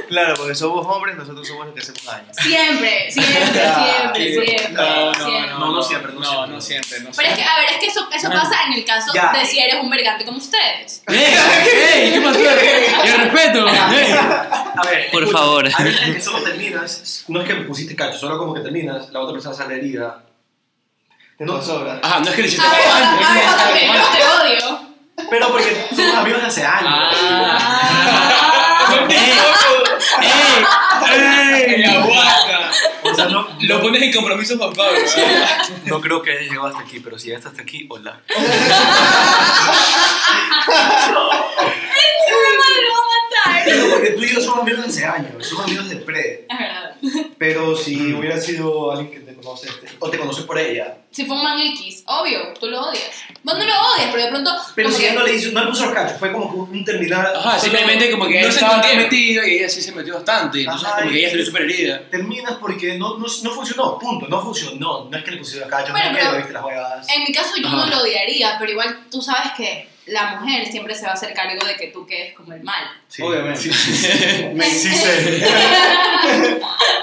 S4: Claro, porque somos hombres, nosotros somos los que hacemos daño.
S6: <laughs>
S1: Siempre, siempre,
S4: Ah,
S1: siempre, siempre. siempre.
S6: no, no siempre, no siempre.
S5: No, no siempre, no
S1: Pero es que,
S5: siempre.
S1: a ver, es que eso, eso pasa en el caso
S6: Ya.
S1: de si eres un vergante como ustedes.
S11: ¡Ey! ¡Ey! ¿Qué pasó? Yo respeto. ey.
S6: A ver,
S3: Por
S6: escucha,
S3: favor.
S6: <laughs> A veces que solo terminas, no es que pusiste cacho, solo como que terminas, la otra persona sale herida.
S4: No sobra.
S11: Ajá, no es que le hiciste
S1: A ver,
S11: algo
S1: a
S11: antes.
S1: ver, a ver, yo te odio.
S6: ah, Pero porque somos amigos de hace años.
S5: Ah.
S11: ¡Ey! ¡Ey!
S5: En la guata.
S6: O sea, no,
S5: Lo pones en compromiso Juan Pablo. ¿eh? ¿verdad?
S6: no creo que hayas llegado hasta aquí, pero si llegaste hasta aquí, hola.
S1: Ay, mi madre lo va a matar.
S6: Pero porque tú y yo somos amigos de hace años, somos amigos de pre.
S1: Es verdad.
S6: Pero si hubiera sido alguien que te conoce este, o te conoce por ella.
S1: Si fue un man X, obvio, tú lo odias. Vos no lo odias, pero de pronto.
S6: Pero
S1: como
S6: si
S1: que-
S6: ella no le hizo, no le puso los cachos, fue como que un terminar.
S11: Ajá, simplemente como que
S5: No
S11: él
S5: se
S11: estaba
S5: entendieron.
S11: metido y ella sí se metió bastante. Entonces,
S6: Ajá,
S11: como que
S6: y-
S11: ella salió súper herida.
S6: Terminas porque no, no, no funcionó, punto, no funcionó. No es que le pusieron los cachos,
S1: Bueno,
S6: no es que
S1: pero-
S6: le viste las huevas.
S1: En mi caso, yo
S11: Ajá.
S1: no lo odiaría, pero igual tú sabes que la mujer siempre se va a hacer cargo de que tú quedes como el mal.
S4: Obviamente.
S6: Me hiciste.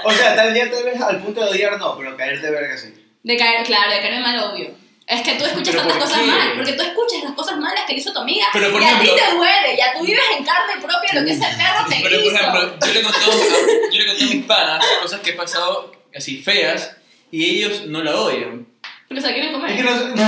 S4: O sea, tal día tal vez al punto de odiar no, pero caer de verga sí.
S1: De caer, claro, de caer el mal, obvio. Es que tú escuchas
S5: ¿Pero
S1: tantas
S5: por
S1: cosas
S5: qué?
S1: mal, porque tú escuchas las cosas malas que le hizo tu amiga
S5: Pero, por
S1: y a ti
S5: ejemplo-
S1: te duele, ya tú vives en carne propia lo que ese perro te
S5: Pero,
S1: hizo.
S5: por ejemplo, yo le conté a- yo le conté a mis panas cosas que he pasado así feas y ellos no la odian.
S1: pero se quieren comer.
S4: Es que no.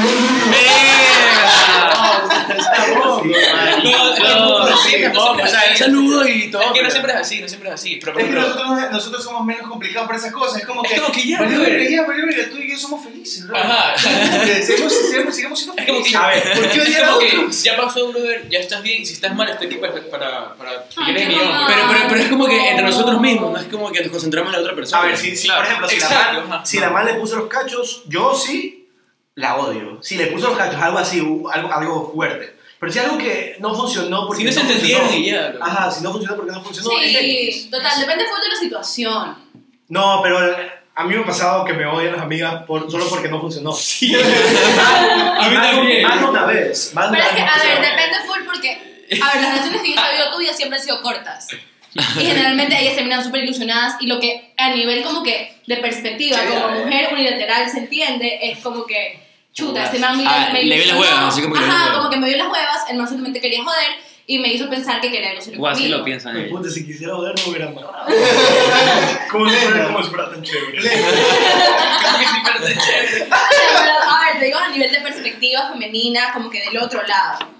S5: No,
S3: no,
S5: no,
S4: sí,
S5: no, o sea,
S11: Un saludo y todo.
S5: Es que no
S11: pero-
S5: siempre es así, no siempre es así. Pero,
S4: Es que
S5: pero-
S4: nosotros, nosotros somos menos complicados para esas cosas. Es como que.
S5: Es como que ya,
S4: Vale,
S5: brother.
S4: verga, ya, vale, verga, tú y yo somos felices, bro.
S5: Ajá.
S4: Seguimos, seguimos, sigamos
S5: <laughs>
S4: siendo
S5: es como
S4: felices.
S5: que,
S4: A ver, ¿por qué
S5: es
S4: odiar a
S5: como que
S4: otros?
S5: ya pasó, brother, ya estás bien, y si estás mal, estoy aquí para... para, para
S1: Ay,
S5: que eres
S1: qué
S5: mi hombre.
S1: mamá.
S11: Pero, pero, pero es como que entre nosotros mismos, no es como que nos concentramos en la otra persona.
S6: A ver, si, si, por ejemplo, si,
S5: Exacto,
S6: la man,
S5: ajá.
S6: si la man le puso los cachos, yo sí la odio. Si le puso los cachos, algo así, u- algo, algo fuerte. Pero si algo que no funcionó porque
S5: Si no se entendieron
S6: funcionó.
S5: y ya, bro.
S6: Ajá, si no funcionó porque no funcionó. es X.
S1: sí, total, depende full de la situación.
S6: No, pero eh, a mí me ha pasado que me odian las amigas por- solo porque no funcionó. <laughs>
S5: A mí
S6: Más de-
S5: también.
S6: Más de una vez. Más de
S1: Pero
S6: una
S1: es que,
S6: vez
S1: a
S6: me
S1: ver,
S6: pasó.
S1: depende full porque, a ver, las relaciones que yo he sabido tuyas siempre han sido cortas. Y generalmente ellas terminan súper ilusionadas y lo que a nivel como que de perspectiva,
S5: Sí, a
S1: como
S5: ver.
S1: mujer unilateral se entiende, es como que, chuta, este man me-
S11: Ah,
S1: me
S11: le vi las
S1: ilusionó.
S11: huevas, así como que le vi las
S1: Ajá,
S11: huevas.
S1: como que me dio las huevas, el man solamente quería joder y me hizo pensar que quería algo serio
S3: O así
S1: conmigo.
S3: lo piensan
S6: Ay,
S3: ellos.
S6: puta, si quisiera joder, no hubiera
S5: <laughs>
S6: amarrado. como si fuera como si fuera tan chévere.
S1: O sea, <laughs> pero, a ver, digo a nivel de perspectiva femenina, como que del otro lado.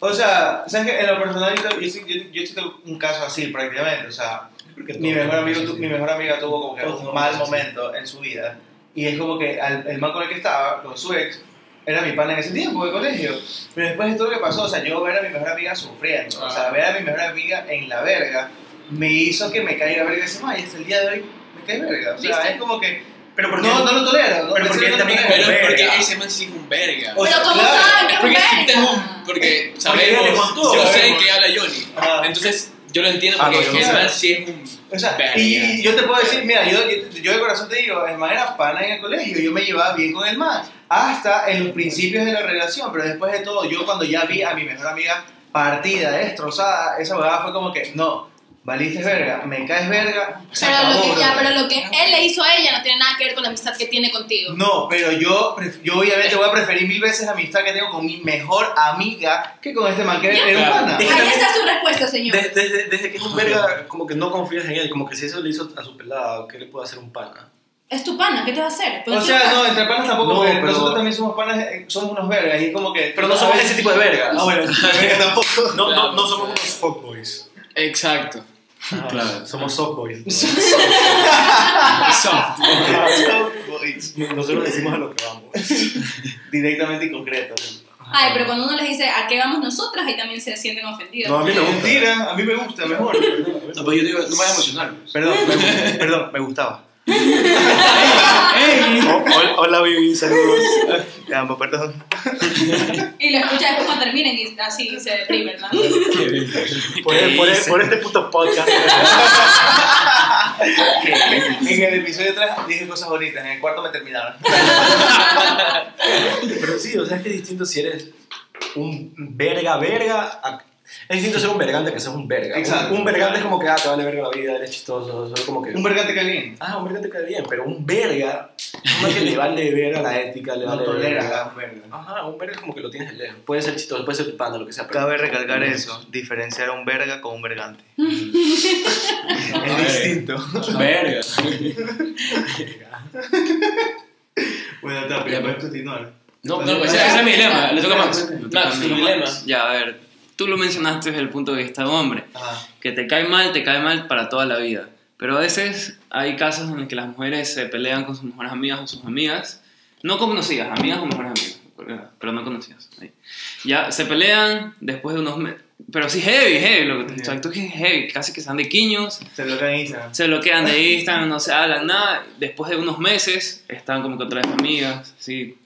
S4: O sea, ¿sabes qué? En lo personal, yo, yo, sí- yo, yo sí tengo un caso así prácticamente. O sea, mi mejor, amigo, tu- mi mejor amiga tuvo como que
S6: Todos
S4: un
S6: tenemos
S4: mal
S6: casos así.
S4: momento en su vida. Y es como que al- el man con el que estaba, con su ex, era mi pana en ese tiempo de colegio. Pero después de todo lo que pasó, o sea, yo ver a mi mejor amiga sufriendo, o
S6: Ah.
S4: sea, ver a mi mejor amiga en la verga, me hizo que me caiga verga ese man. Y hasta el día de hoy me cae verga. O sea,
S1: ¿Viste?
S4: es como que.
S6: Pero porque
S4: No, no lo tolero. No,
S6: Pero
S4: en
S6: porque
S4: serio
S6: él
S4: no
S6: también
S4: lo
S6: es
S5: Pero
S4: tolero.
S6: verga.
S5: porque ese man sí es un verga.
S4: O
S1: Pero
S4: sea,
S1: como
S4: claro.
S1: saben que es un
S5: Porque sí
S1: verga?
S5: tengo un- Porque
S6: ya le
S5: sabemos,
S6: contó,
S5: yo sé
S6: sabemos.
S5: que habla Johnny.
S4: Ajá.
S5: Entonces, yo lo entiendo
S6: Ah,
S5: porque
S6: no, yo no
S5: ese
S4: sé.
S5: man sí es un
S4: O sea,
S5: Verga.
S4: y, y yo te puedo decir, mira, yo, yo, yo de corazón te digo, el man era pana en el colegio, yo me llevaba bien con el man, hasta en los principios de la relación, pero después de todo, yo cuando ya vi a mi mejor amiga partida, destrozada, esa huevada fue como que, no, valiste verga, me caes verga, se
S1: Pero lo,
S4: acabó,
S1: que, ya,
S4: brother".
S1: pero lo que él le hizo a ella no tiene nada que ver con la amistad que tiene contigo.
S4: No, pero yo, pref- yo obviamente voy a preferir mil veces la amistad que tengo con mi mejor amiga que con este man que
S1: Ya.
S4: era un pana.
S6: Es que
S1: Ahí
S6: también-
S1: está su respuesta, señor.
S6: Desde, desde, desde que es un verga, como que no confías en él, como que si eso le hizo a su pelada, ¿qué le puede hacer un pana?
S1: Es tu pana, ¿qué te va a hacer? Pues
S4: O
S1: tú-
S4: sea, no, entre panas tampoco,
S6: No,
S4: porque
S6: pero-
S4: nosotros también somos panas, eh, somos unos vergas, y es como que...
S6: Pero no somos ese tipo de vergas.
S4: Ah,
S6: <laughs>
S4: bueno, verga tampoco.
S6: No,
S5: Claro.
S6: no, no somos unos fuckboys.
S5: Exacto.
S6: Claro. Somos <laughs> softboys.
S5: Soft.
S6: ¿no? Nosotros le decimos a lo que <laughs> vamos.
S4: Directamente y concreto.
S1: Ay, pero cuando uno les dice a qué vamos nosotras, ahí también se sienten ofendidos.
S6: No, a mí me gusta.
S4: Mentira, a mí me gusta,
S11: <laughs>
S4: mejor.
S11: No, pues yo digo, no me voy a emocionar.
S4: perdón, me, perdón,
S5: <laughs>
S4: me gustaba.
S6: Hola, hola, Vivi, saludos.
S4: Te amo, perdón.
S1: Y lo escucha después cuando terminen y así se deprimen, ¿no?
S6: Por, por- por este puto podcast.
S4: En el episodio 3 dije cosas bonitas, en el cuarto me terminaron.
S6: Pero sí, o sea, es que es distinto si eres un verga, verga. a- Es distinto ser un vergante que ser un verga.
S4: Exacto.
S6: Un, un vergante es como que, ah, te vale verga la vida, eres chistoso. Solo como que.
S4: Un vergante que alguien.
S6: Ah, un verga te cae bien, pero un verga. Uno que le vale verga la ética, le
S4: No
S6: vale verga.
S4: tolera. un verga.
S6: Ajá, un verga es como que lo tienes de lejos. Puede ser chistoso, puede ser tu pana, lo que sea. pero-
S4: Cabe recalcar eso, diferenciar a un verga con un vergante.
S11: A
S4: es
S11: ver.
S4: distinto.
S11: Verga.
S4: Bueno, está, pero puedes continuar.
S11: No,
S4: no,
S11: no,
S4: pues,
S11: ese, ese es mi dilema. Le toca a Max.
S4: Le
S11: Max, tu dilema.
S3: Ya, a ver. Tú lo mencionaste desde el punto de vista de hombre.
S4: Ajá.
S3: Que te cae mal, te cae mal para toda la vida. Pero a veces hay casos en los que las mujeres se pelean con sus mejores amigas o sus amigas. No conocidas, amigas o mejores amigas. porque- Pero no conocidas. ahí. Ya, se pelean después de unos meses. Pero sí, heavy, heavy. Lo que te
S4: Ya.
S3: exacto que es heavy. Casi que están de quiños.
S4: Se lo organiza.
S3: Se bloquean de Instagram, no se hablan nada. Después de unos meses, están como que otra vez amigas, sí.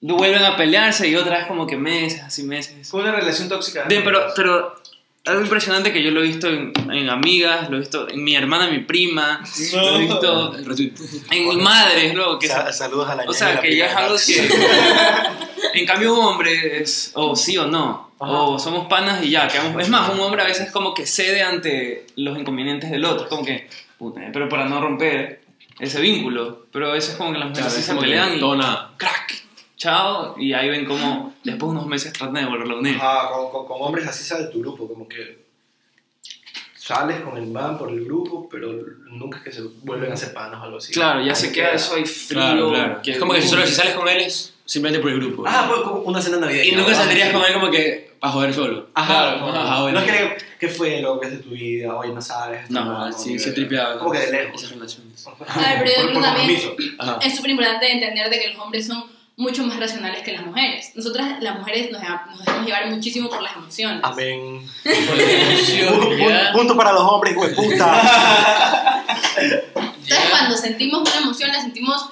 S3: Vuelven a pelearse y otra vez como que meses, así meses.
S4: Fue una relación tóxica.
S3: De- pero, pero algo impresionante que yo lo he visto en, en amigas, lo he visto en mi hermana, mi prima, lo he visto en mi madre, ¿no? Que,
S6: Sa- saludos a la
S3: o
S6: ñaña y
S3: sea,
S6: la
S3: que ya es
S6: prima.
S3: algo que... <laughs> En cambio un hombre es o sí o no, o somos panas y ya, quedamos... Es más, un hombre a veces como que cede ante los inconvenientes del otro, como que, puta, pero para no romper ese vínculo, pero a veces como que las mujeres sí se pelean y
S11: Tona.
S3: crack, chao, y ahí ven como después de unos meses tratan de volverlo a unir.
S6: Ajá, Ah, con, con, con hombres así sale tu grupo, como que sales con el man por el grupo, pero nunca es que se vuelven a ser panas o algo así.
S3: Claro, ya
S6: Ahí
S3: se
S6: te
S3: queda eso ahí frío.
S11: Claro, claro.
S3: Que
S11: es como que si
S3: uy.
S11: solo si sales con él es simplemente por el grupo.
S6: Ah, pues como una cena navideña.
S11: y nunca
S6: ¿verdad?
S11: saldrías con él como que a joder solo.
S6: Ajá,
S11: Claro,
S6: no,
S11: ajá, bueno.
S6: no creo que fue lo que es de tu vida, hoy no sabes.
S11: No, sí, sí he tripeado.
S6: Como que de lejos.
S11: Esas relaciones.
S1: Ay, pero yo
S6: Por-
S1: creo
S6: por
S1: también-
S6: compromiso.
S11: Ajá.
S1: Es súper importante entender de que los hombres son mucho más racionales que las mujeres. Nosotras, las mujeres, nos, deja- nos dejamos llevar muchísimo por las emociones.
S6: Amén.
S5: Yo,
S11: <laughs>
S5: ya.
S6: Punto para los hombres, güey, puta.
S1: Entonces, cuando sentimos una emoción, la sentimos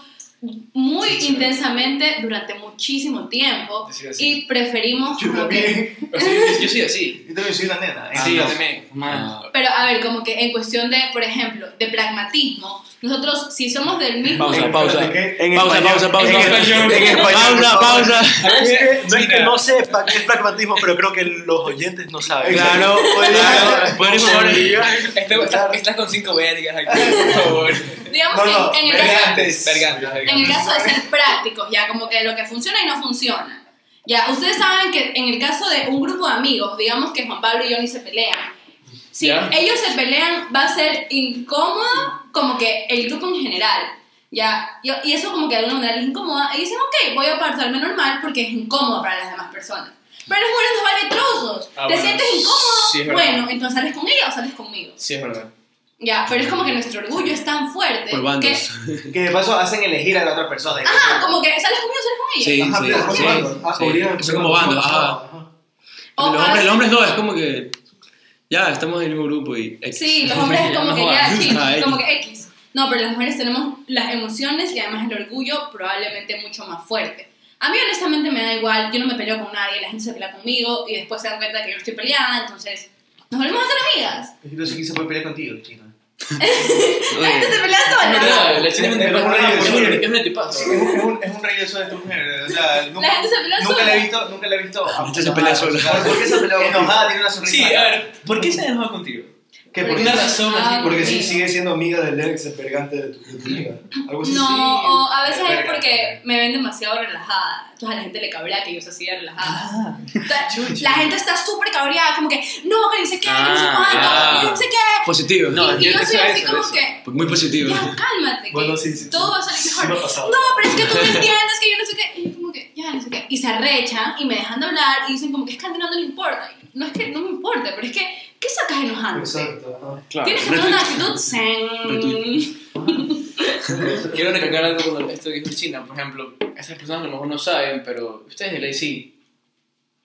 S1: muy intensamente durante muchísimo tiempo
S5: Sí, sí.
S1: y preferimos
S4: Yo
S1: como que...
S4: también.
S5: Pero sí, Yo soy así.
S4: Yo también soy una nena.
S5: Sí, yo
S4: Ah, no.
S5: también.
S3: Man,
S1: Pero a ver, como que en cuestión de, por ejemplo, de pragmatismo, nosotros si somos del mismo...
S11: Pausa, pausa.
S6: En
S11: Pausa, pausa, pausa,
S6: En español. En español,
S11: Pausa,
S6: por favor.
S11: pausa.
S6: Es que- no es que no sepa que es pragmatismo, pero creo que los oyentes no saben. <laughs>
S11: Claro, claro. Por favor.
S5: Estás Este, estás- estás con cinco vergas aquí, por favor.
S1: Digamos
S4: No,
S1: que
S4: no,
S1: en el caso-
S5: Vergantes. Vergantes.
S1: En el
S5: vergantes.
S1: caso de ser prácticos, ya, como que lo que funciona y no funciona. Ya, ustedes saben que en el caso de un grupo de amigos, digamos que Juan Pablo y Johnny se pelean. Si
S5: Ya.
S1: ellos se pelean, va a ser incómodo como que el grupo en general. Ya, yo- y eso como que de alguna manera les incomoda y dicen, ok, voy a portarme normal porque es incómodo para las demás personas. Pero los buenos no valen trozos.
S5: Ah,
S1: ¿Te
S5: bueno,
S1: sientes incómodo?
S5: sí, es verdad.
S1: bueno, entonces sales con ella o sales conmigo.
S5: Sí, es verdad.
S1: Ya, pero es como que nuestro orgullo es tan fuerte
S11: Por
S1: que...
S11: bandos.
S4: Que de paso hacen elegir a la otra persona.
S1: Ah, como que sales conmigo o sales con ella.
S11: Sí,
S4: Ajá,
S11: sí,
S4: pero-
S11: sí.
S4: Ah,
S11: sí.
S6: podrían-
S11: Son como bandos, ajá.
S1: O
S11: Los hombres,
S1: haces-
S11: los hombres no, es como que. Ya, estamos en el mismo grupo y.
S1: Sí, los hombres
S11: <laughs>
S1: es como que ya,
S5: <laughs>
S11: sí,
S1: chill, como que X. No, pero las mujeres tenemos las emociones y además el orgullo probablemente mucho más fuerte. A mí honestamente me da igual, yo no me peleo con nadie, la gente se pelea conmigo y después se dan cuenta que yo estoy peleada, entonces nos volvemos a ser amigas.
S4: Yo sí quise poder pelear contigo, chino.
S1: La gente se pelea
S5: Es verdad,
S1: sola.
S5: la china
S4: Es
S5: es una
S4: verdad,
S5: tipaza. Es una- es una tipaza.
S4: es verdad. Es un, es un, es un regreso de esta mujer.
S5: <laughs>
S4: O sea,
S1: La
S4: nunca,
S1: gente se pelea
S4: nunca
S1: sola.
S4: la he visto. Nunca la he visto.
S11: gente se pelea sola.
S4: enojada. ¿Por qué se pelea Enojada, tiene una sonrisa.
S5: Sí, a
S4: acá.
S5: ver, ¿por qué se ha enojado contigo?
S4: ¿Qué?
S5: Por
S4: ¿Por
S5: una
S4: qué?
S5: razón así.
S6: Porque
S1: sí.
S6: si sigue siendo amiga del ex pergante de tu, de tu amiga. Algo así.
S1: No, o a veces es
S4: Verga.
S1: porque me ven demasiado relajada. Entonces a la gente le cabrea que yo sea así de relajada. Entonces, la gente está súper cabreada, como que no, que no sé qué, que no sé
S3: Ah,
S1: cuánto,
S3: ah.
S1: que no sé qué.
S11: Positivo.
S5: No,
S1: Y yo
S5: eso,
S1: soy así
S5: eso,
S1: como
S5: eso.
S1: que.
S11: Muy positivo.
S1: Ya, cálmate. que
S6: Bueno, sí, sí,
S1: Todo
S6: sí.
S1: va a salir
S6: Sí
S1: mejor.
S6: me ha pasado.
S1: no, pero es que tú no entiendes que yo no sé qué. Y yo como que, ya, no sé qué. Y se arrechan y me dejan de hablar y dicen como que es que a ti no le importa. Y No es que no me importa, pero es que, ¿qué sacas enojándote?
S6: Exacto. ajá.
S1: Tienes que tener una actitud zen.
S5: Quiero recalcar algo con esto que dijo China, por ejemplo. Esas personas a lo mejor no saben, pero ustedes de ley sí.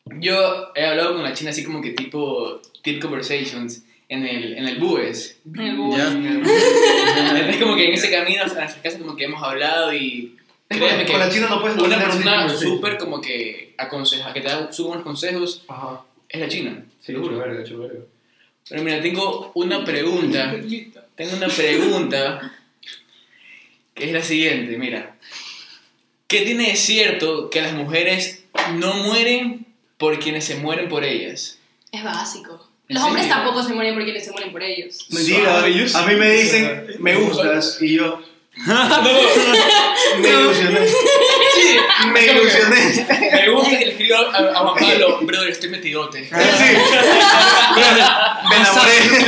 S5: Yo he hablado con la China así como que tipo Deep Conversations en el, en el BUES.
S1: El búho. <laughs>
S11: Ya.
S5: Es como que en ese camino hasta nuestra casa como que hemos hablado y... Créeme que
S6: Con la china no puedes
S5: una
S6: tener ese
S5: persona
S6: tipo de-
S5: súper como que aconseja, que te da súper buenos consejos,
S6: Ajá.
S5: es la China.
S6: Sí, hecho verga, hecho verga.
S5: Pero mira, tengo una pregunta. Tengo una pregunta que es la siguiente, mira. ¿Qué tiene de cierto que las mujeres no mueren por quienes se mueren por ellas?
S1: Es básico.
S5: ¿En
S1: Los hombres
S5: serio?
S1: tampoco se mueren por quienes se mueren por
S4: <laughs>
S1: ellos.
S4: Mentira, a mí me dicen, me gustas, y yo, <laughs> me ilusioné,
S5: Sí,
S4: me <laughs> ilusioné. Sí,
S5: me gusta que le escribo a, a Juan Pablo, brother, estoy metidote.
S3: <laughs>
S4: me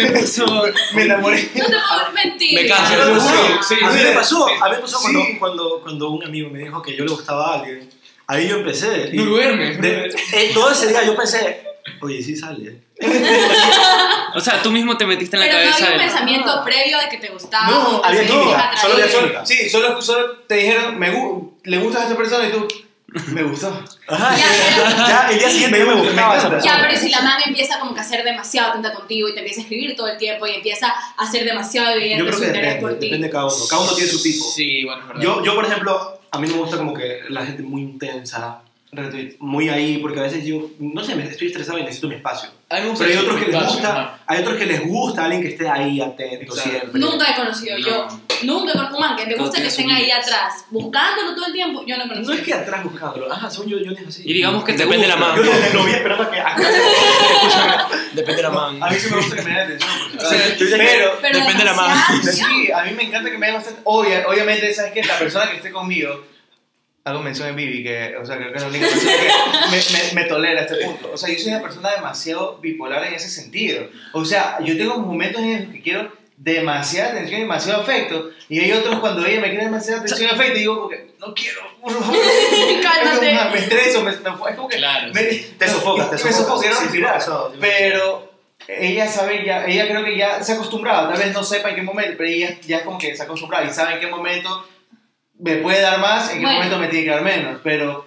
S4: enamoré, me enamoré.
S1: No te puedo mentir.
S11: Me caso.
S6: Yo lo
S11: Sí,
S6: juro.
S5: sí,
S6: a mí
S4: sí.
S6: me pasó, a mí me pasó
S4: Sí.
S6: cuando, cuando, cuando un amigo me dijo que yo le gustaba a alguien. Ahí yo empecé. y-
S5: No duermes,
S6: de-
S5: brother.
S6: eh, todo ese día yo pensé, oye, sí sale.
S3: O sea, tú mismo te metiste en la
S1: Pero no
S3: cabeza
S1: había un
S3: de...
S1: pensamiento previo de que te gustaba. o
S6: No,
S1: que
S6: había
S1: te
S6: química,
S1: atraía.
S6: solo había
S1: Ya,
S6: química.
S4: Ah, Sí, solo, solo te dijeron, me gu- le gustas a esta persona, y tú, me gustó.
S6: Ajá.
S1: pero-
S6: Ya, el día siguiente yo me buscaba a esa
S1: Ya,
S6: persona.
S1: pero si la mamá empieza como que a ser demasiado atenta contigo y te empieza a escribir todo el tiempo y empieza a ser demasiado
S6: Yo
S1: evidente
S6: creo
S1: su
S6: que
S1: interés
S6: depende,
S1: por ti.
S6: depende de cada uno. Cada uno tiene su tipo.
S5: Sí, bueno, es verdad.
S6: Yo, yo, por ejemplo, a mí no me gusta como que la gente muy intensa, retweet, muy ahí, porque a veces yo, no sé, me- estoy estresado y necesito mi espacio.
S5: A mí me gusta
S6: Pero hay
S5: mucho
S6: otros que les
S5: espacio,
S6: gusta,
S5: ajá.
S6: hay otros que les gusta alguien que esté ahí atento
S4: Exacto.
S6: siempre.
S1: Nunca he conocido yo. Nunca he conocido un man que te
S3: Todo
S1: gusta que
S3: tiene
S1: estén
S3: sus
S1: ahí
S3: límites.
S1: atrás, buscándolo todo el tiempo. Yo no he
S6: No
S1: conocido.
S6: es que atrás buscándolo, ajá, según yo, yo dije así.
S3: Y digamos que
S11: Te
S3: depende de la
S11: gusta.
S3: mano.
S6: Yo lo, lo vi esperando a que acá.
S11: Depende de la mano.
S4: A mí sí me gusta que me den atención. porque-
S6: O sea, yo ya-
S4: pero,
S1: Pero
S11: Depende de la mamá.
S1: <laughs>
S6: <laughs>
S1: demasiado.
S4: sí, a mí me encanta que me den atención. Obvia- obviamente, ¿sabes que La persona que esté conmigo, hago mención en Vivi, que, o sea, creo que es la única persona que me, me- me tolera a este punto. O sea, yo soy una persona demasiado bipolar en ese sentido. O sea, yo tengo momentos en los que quiero demasiada atención y demasiado afecto. Y hay otros cuando ella me quiere demasiada atención y afecto, y digo, como que, no quiero, por favor.
S1: Cálmate.
S4: Me estreso, me, me, es como que
S5: Claro.
S4: me-
S6: Te sofocas, <laughs> te
S4: Me
S6: sofocas.
S4: sofoco, quiero
S6: Sí, sí,
S4: respirar.
S6: me ha pasado, yo me-
S4: Pero ella sabe ya, ella creo que ya se ha acostumbrado, tal vez no sepa en qué momento, pero ella ya como que se ha acostumbrado y sabe en qué momento me puede dar más, en qué
S1: Bueno.
S4: momento me tiene que dar menos, pero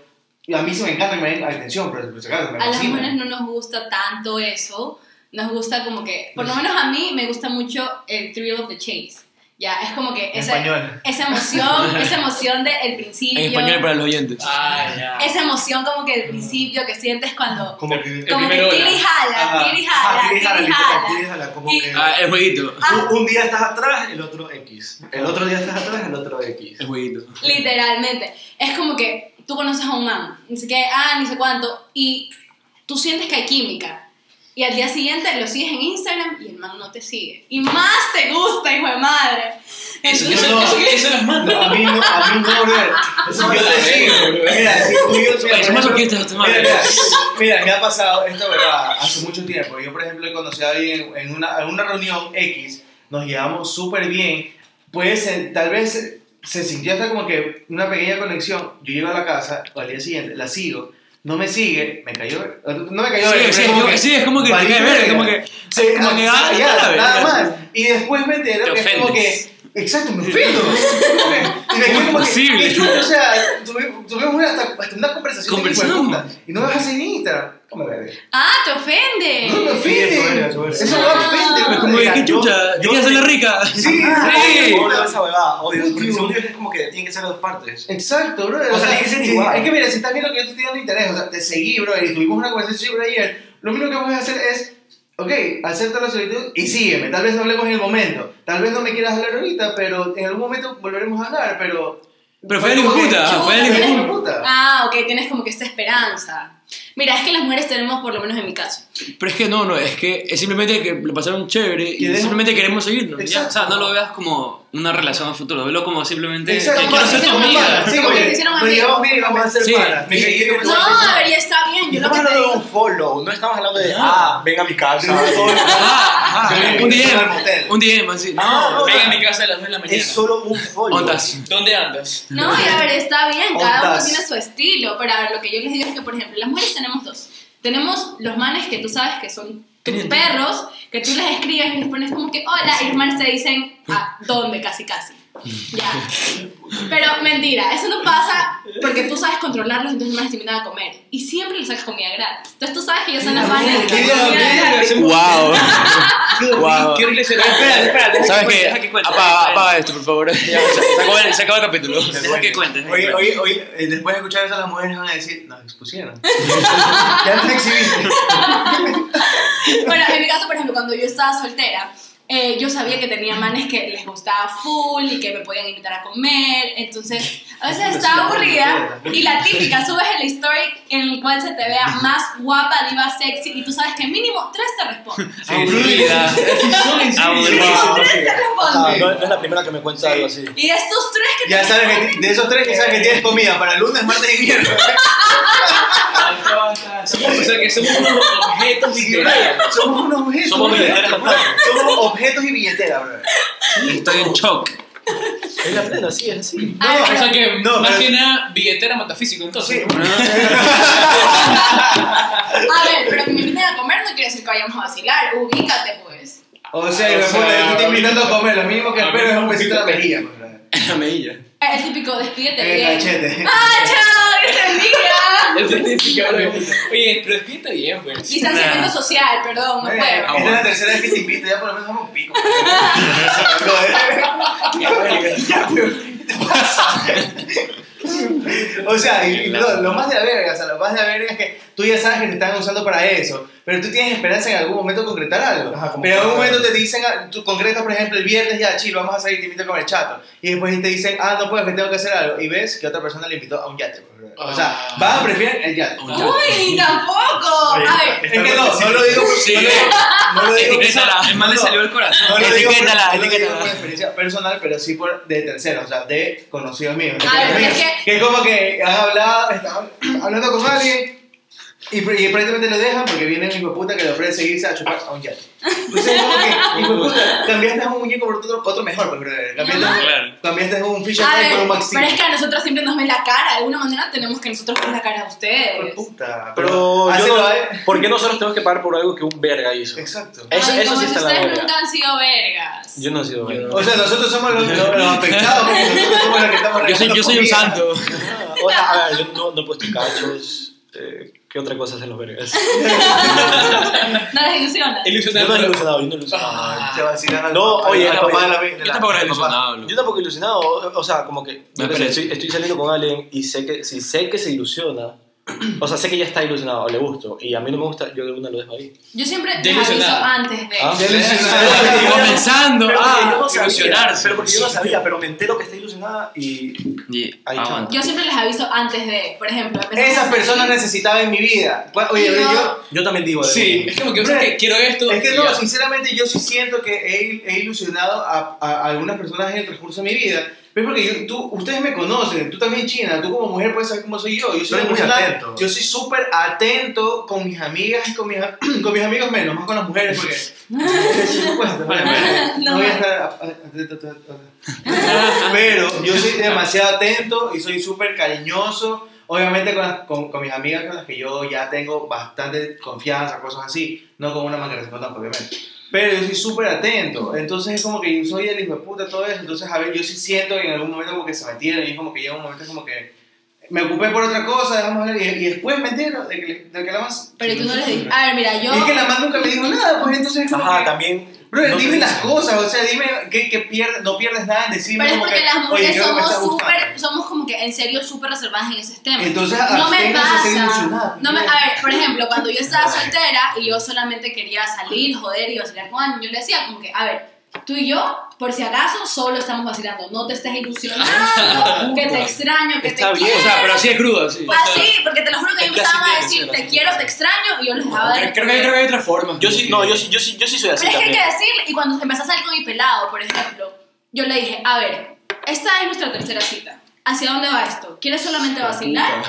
S4: a mí sí me encanta que me den atención, pero por si acaso, me
S1: A las
S4: fascina.
S1: mujeres no nos gusta tanto eso. Nos gusta como que, por lo menos a mí me gusta mucho el thrill of the chase. Ya, es como que
S4: En
S1: esa,
S4: español.
S1: esa emoción, esa emoción del el principio.
S11: En español para los oyentes.
S5: Ah, ya.
S1: Esa emoción como que del principio que sientes cuando...
S6: Como que.
S5: El
S1: Como que
S5: primero,
S1: tira y jala,
S4: Ajá. Ah,
S1: tira y
S6: Ajá,
S1: jala,
S6: tienes a
S1: tira
S6: la
S1: y
S6: lista,
S1: jala.
S6: tienes a la como
S1: Y-
S6: que.
S11: Ah, el jueguito.
S1: Ah,
S6: Un, un día estás atrás, el otro X. El otro día estás atrás, el otro X.
S11: El jueguito.
S1: Literalmente. Es como que tú conoces a un man, ni sé qué, ah, ni sé cuánto, y tú sientes que hay química. Y al día siguiente lo sigues en Instagram y el man no te sigue. Y más te gusta, hijo de madre.
S5: Eso,
S1: Entonces,
S5: eso, eso, eso las manda.
S4: No, a mí no, a mí no, brother.
S5: Eso me
S4: yo
S5: la
S4: te
S5: veo,
S4: sigo.
S5: brother.
S4: Mira, si tú y yo- mira,
S11: Somos
S4: por ejemplo-
S11: masoquistas,
S3: Este
S11: estos
S4: Mira,
S11: manes.
S4: mira, <laughs> mira, me ha pasado esto, ¿verdad? Hace mucho tiempo. Yo, por ejemplo, he conocido a alguien en una, en una reunión X, nos llevamos súper bien. Puede ser, tal vez se sintió hasta como que una pequeña conexión. Yo llego a la casa, o al día siguiente, la sigo, no me sigue, me cayó. No me cayó.
S3: Sí,
S4: pero
S3: sí,
S4: es
S3: es como que- sí, es como que te
S4: valí
S3: cae verga,
S4: verga.
S3: como que-
S4: Sí,
S3: como que,
S4: ah,
S3: ah,
S4: ya,
S3: no la ves,
S4: nada
S3: ya.
S4: más. Y después me entero
S3: Te
S4: que es como
S3: ofendes.
S4: que. Exacto,
S3: <laughs>
S4: me ofendo. y me quedo
S3: ¿Cómo
S4: como
S3: es
S4: que,
S3: posible?
S4: ¿qué chucha? o sea, tuve- tuvimos una, hasta, hasta una conversación. de
S3: Conversamos.
S4: hijo de puta, Y no me vas a seguir en Instagram. ¿Cómo me verga?
S1: Ah, te
S4: No me
S1: ofende.
S4: ofende.
S6: eso es.
S4: Eso me ofende.
S1: Es
S4: me
S3: Como que,
S4: ofende.
S3: ¿qué chucha? ¿Te quieres hacerle rica?
S4: Sí, sí.
S6: Odio esa huevada, odio. Porque
S4: Último.
S6: según yo es como que tiene que ser de dos partes.
S4: Exacto, bro.
S6: O sea, tiene que ser
S4: sí,
S6: igual.
S4: Es que mira, si estás viendo que yo te estoy dando interés, o sea, te seguí, bro, y tuvimos una conversación bro, ayer, lo mínimo que puedes hacer es, ok, acepta la solicitud y sígueme. Tal vez no hablemos en el momento. Tal vez no me quieras hablar ahorita, pero en algún momento volveremos a hablar, pero...
S3: Pero fue el hijo de puta,
S4: Chuta,
S3: fue el hijo de
S4: Ah, hijo de
S3: puta.
S4: puta.
S1: Ah, ok, tienes como que esta esperanza. Mira, es que las mujeres tenemos, por lo menos en mi caso.
S11: Pero es que no, no, es que es simplemente que lo pasaron chévere y
S4: Queremos-
S11: simplemente queremos seguirnos.
S4: Exacto.
S3: Ya, o sea, no lo veas como una relación a futuro, velo como simplemente
S4: Exacto,
S3: que quiero ser tu
S1: como
S3: amiga.
S1: pana.
S4: Sí,
S1: Como que se
S4: oye,
S1: hicieron
S4: nos
S1: amigos.
S4: llevamos bien y vamos a ser
S11: Sí.
S4: panas. Me
S6: Y-
S4: caí en el
S1: No, a ver, ya está bien. Yo lo
S6: Estamos
S1: que te
S6: hablando de
S1: digo.
S6: un follow, no estamos hablando de, ah, ven a mi casa. Ah, todo el-
S11: Ajá, ajá,
S4: Sí,
S11: un
S4: sí,
S11: DM,
S4: al motel.
S11: un DM así.
S6: No, no,
S5: Ven a
S6: no.
S5: mi casa a las 9 de la mañana.
S6: Es solo un follow.
S11: Ondas.
S5: ¿Dónde andas?
S1: No, y a ver, está bien, cada uno
S6: Ondas.
S1: tiene su estilo, pero a ver, lo que yo les digo es que, por ejemplo, las mujeres tenemos dos. Tenemos los manes que tú sabes que son tus perros, que tú les escribes y les pones como que hola, y los manes te dicen a dónde, casi casi. Ya. Pero mentira, eso no pasa porque tú sabes controlarlos, entonces los manes te invitan a comer. Y siempre les sacas comida gratis. Entonces tú sabes que ellos son las manes que te
S4: Qué
S1: dan comida gratis.
S11: Wow. wow.
S5: Quiero irles a Espérate, espérate.
S11: ¿Sabes
S3: cuente,
S11: qué?
S3: deja que cuente, deja
S11: Apaga,
S3: que
S11: apaga esto, por favor. Ya, se, se acabó el, se acabó el capítulo.
S3: Deja que cuentes.
S4: Oye, oye, oye, eh, después de escuchar eso, las mujeres van a decir, nos <laughs> expusieron. ya nos exhibiste.
S1: Bueno, en mi caso, por ejemplo, cuando yo estaba soltera, eh, yo sabía que tenía manes que les gustaba full y que me podían invitar a comer. Entonces, a veces estaba aburrida y la típica, subes el story en el cual se te vea más guapa, diva sexy y tú sabes que mínimo tres te responden.
S3: Aburrida.
S1: Mínimo
S3: Aburrida.
S1: tres te
S6: Ah, no,
S1: responden.
S6: no es la primera que me cuenta algo así.
S1: Y estos tres que
S4: Ya
S1: te
S4: sabes que de esos tres que sabes que tienes comida para lunes, martes y miércoles.
S5: Somos, o sea, que somos unos objetos literarios.
S4: Somos unos objetos.
S11: Somos
S4: brother.
S11: billeteras contadas.
S4: Somos objetos y billetera, bro.
S11: Estoy en shock.
S6: Es la plena, sí, es así.
S1: Ah,
S5: O sea que
S4: No,
S5: más
S4: pero-
S5: que nada billetera metafísico entonces. <laughs>
S1: A ver, pero que me inviten a comer no quiere decir que vayamos a vacilar. Ubícate, pues.
S4: O sea, yo
S5: O
S4: me
S5: sea,
S4: pongo, yo te estoy invitando a comer. Lo mínimo que
S5: a mí
S4: espero es
S5: me
S4: un besito en la
S5: invita-
S4: mejilla, bro.
S1: Eh, El típico, despídete
S4: En el
S1: bien.
S4: cachete.
S1: ¡Ah, chao! ¡Dice amiga!
S5: El certificado de- Oye, pero es que está bien, pues.
S1: Distanciamiento social, perdón, no
S4: Eh,
S10: Ah,
S1: puedo.
S4: Esta es la tercera vez que te invito, ya por lo menos somos pico. Ya, pero, ¿qué te pasa? O sea, y- y lo, lo más de la verga, o sea, lo más de la verga es que tú ya sabes que te están usando para eso, pero tú tienes esperanza en algún momento concretar algo.
S6: Ajá, como
S4: pero en
S6: que-
S4: algún momento te dicen, ah, tú concretas, por ejemplo, el viernes ya, chill, vamos a salir, te invito a comer chato. Y después te dicen, ah, no puedes, que tengo que hacer algo. Y ves que otra persona le invitó a un yate. por ejemplo. O sea,
S5: Ah.
S4: vas a preferir el yate.
S1: Uy, tampoco.
S6: Oye,
S1: A ver,
S4: Es que no, no lo digo por
S3: Sí.
S4: no lo digo- no lo digo por-
S3: Etiquétala, el mal le salió el corazón.
S4: no lo digo por-
S3: Etiquétala,
S4: no lo digo
S3: etiquétala.
S4: por experiencia personal, pero sí por de terceros, o sea, de conocidos míos. de
S1: A ver,
S4: amigos.
S1: es que-
S4: es como que han hablado, están hablando con alguien y, pr- y prácticamente lo dejan porque viene un hijo de puta que le ofrece irse a chupar a un yate. Entonces es como que, hijo de puta, cambiaste a un muñeco por otro, otro mejor, pues, brother. Cambiaste,
S1: Ajá.
S3: Claro.
S4: cambiaste a un Fisher
S1: a
S4: Price por un
S1: ver,
S4: Maxi.
S1: pero es que a nosotros siempre nos ven la cara. De alguna manera tenemos que nosotros ver la cara a
S4: Hijo de
S1: ustedes.
S4: puta,
S6: Pero yo
S4: hazlo
S6: no-
S4: a él.
S10: ¿Por qué nosotros tenemos que pagar por algo que un verga hizo?
S4: Exacto.
S10: Eso,
S1: Ay,
S10: eso
S1: como
S10: sí
S1: si
S10: está la
S1: ustedes
S10: verga.
S1: nunca han sido vergas.
S10: Yo no he sido verga.
S4: O sea, nosotros somos los, los- los afectados porque nosotros somos los que estamos
S11: Yo soy, yo soy un
S4: regalando comida.
S11: santo.
S10: <laughs> O sea, a ver, yo no, no he puesto cachos. eh, ¿Qué otra cosa hacen los vergas?
S1: No les ilusiona.
S10: Yo no he
S5: Ilusionante.
S10: ilusionado, yo no he ilusionado.
S4: Se vacilan al
S10: No,
S4: papá,
S10: oye,
S4: al
S10: yo
S4: papá de la
S10: tampoco-
S4: de
S11: Yo
S4: la-
S11: tampoco era
S4: al papá.
S11: ilusionado. loco.
S10: Yo tampoco ilusionado, o, o sea, como que yo qué sé,
S11: parece.
S10: estoy, estoy saliendo con alguien y sé que si sé que se ilusiona, o sea, sé que ya está ilusionado o le gusto y a mí no me gusta, yo de una lo dejo ahí.
S1: Yo siempre les aviso
S5: Desilusionada.
S1: antes de.
S10: Ah.
S4: Ilusionado.
S3: Comenzando
S10: Pero porque yo
S3: a
S10: no sabía,
S3: ah, ilusionarse.
S10: Pero porque yo no sabía, pero me entero que está ilusionada y
S3: Y-
S10: ahí
S3: aguanta.
S1: Yo siempre les aviso antes de. Por ejemplo, empezamos
S4: Esas
S1: a- <laughs>
S4: personas necesitaba en mi vida. Cu- Oye,
S1: No.
S4: yo.
S10: Yo también digo, de
S5: Sí, es como que, o sea, que quiero esto.
S4: Es que
S5: y ya.
S4: no, sinceramente yo sí siento que he, he ilusionado a, a- a algunas personas en el transcurso de mi vida. Pero es porque yo- tú, ustedes me conocen, tú también China, tú como mujer puedes saber cómo soy yo. Yo soy,
S6: eres
S4: una
S6: muy
S4: persona-
S6: atento.
S4: Yo soy súper atento con mis amigas y con mis, a- <clears throat> con mis amigos menos, más con las mujeres porque... <laughs> Bueno, bueno,
S1: <laughs> No.
S4: no voy a estar a- a- atento a todo- a- Pero yo soy demasiado atento y soy súper cariñoso. Obviamente con, las- con, con mis amigas con las que yo ya tengo bastante confianza, cosas así. No con una man que responda, obviamente. Pero yo soy súper atento. Entonces es como que yo soy el hijo de puta, todo eso. Entonces, a ver, yo sí siento que en algún momento como que se metieron y es como que llega un momento como que me ocupé por otra cosa, dejamos hablar y, y después me entero de que, de que la más...
S1: Pero tú no les dices, a ver, mira, yo...
S4: Y es que la más nunca me dijo nada, pues entonces es como
S6: Ajá,
S10: "Ah,
S4: que-
S6: también.
S4: Bro,
S6: no te
S4: dime las
S6: dicen.
S4: cosas, o sea, dime que, pierdes, no pierdes nada en decirme
S1: Pero es
S4: como
S1: porque
S4: que,
S1: las
S4: "Oye,
S1: mujeres
S4: creo que me
S1: somos
S4: está gustando".
S1: súper, somos como que en serio súper reservadas en esos temas.
S4: Entonces,
S11: <laughs>
S1: no me
S4: absténganse de ser
S1: pasa.
S4: ilusionadas,
S1: No me, a
S4: mira.
S1: ver, por ejemplo, cuando yo estaba soltera y yo solamente quería salir, joder y vacilar con alguien, yo le decía como que, a ver, tú y yo, por si acaso, solo estamos vacilando. No te estés
S11: <laughs>
S1: ilusionando, que te extraño, que
S10: Está
S1: te
S10: bien.
S1: quiero.
S11: O sea, pero así es crudo, sí.
S1: Así, porque te lo juro que a mí me
S10: Es que así
S1: gustaba
S10: tiene que
S1: decir
S10: ser,
S1: te
S10: así
S1: quiero,
S10: tiene
S1: te
S10: que
S1: extraño y yo les dejaba de
S11: Creo que hay, creo que hay otra forma.
S10: Yo sí, no, yo sí, yo sí, yo sí soy así
S1: Pero es que hay
S10: también.
S1: que decirle, y cuando empecé a salir con mi pelado, por ejemplo, yo le dije, a ver, esta es nuestra tercera cita. ¿Hacia dónde va esto? ¿Quieres solamente vacilar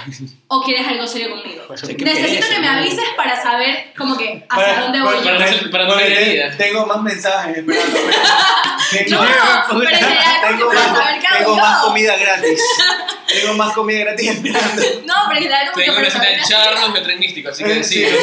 S1: o quieres algo serio conmigo?
S11: qué
S1: Necesito
S11: pereza,
S1: que me
S11: ¿no?
S1: avises para saber como que hacia dónde voy yo.
S5: para- no- para no
S4: porque
S5: tener
S4: te-
S5: heridas.
S4: Tengo más
S1: <laughs>
S4: mensajes esperando.
S1: No, pero en general, porque
S4: tengo
S1: para
S4: más,
S1: saber qué hago
S4: tengo
S1: yo.
S4: más comida gratis. tengo más comida
S1: <laughs>
S4: gratis esperando.
S1: No, pero en general como que
S5: Tengo una
S1: para
S5: cita
S1: saber
S5: de charros, me traen místico, así que
S4: Sí.
S5: decido.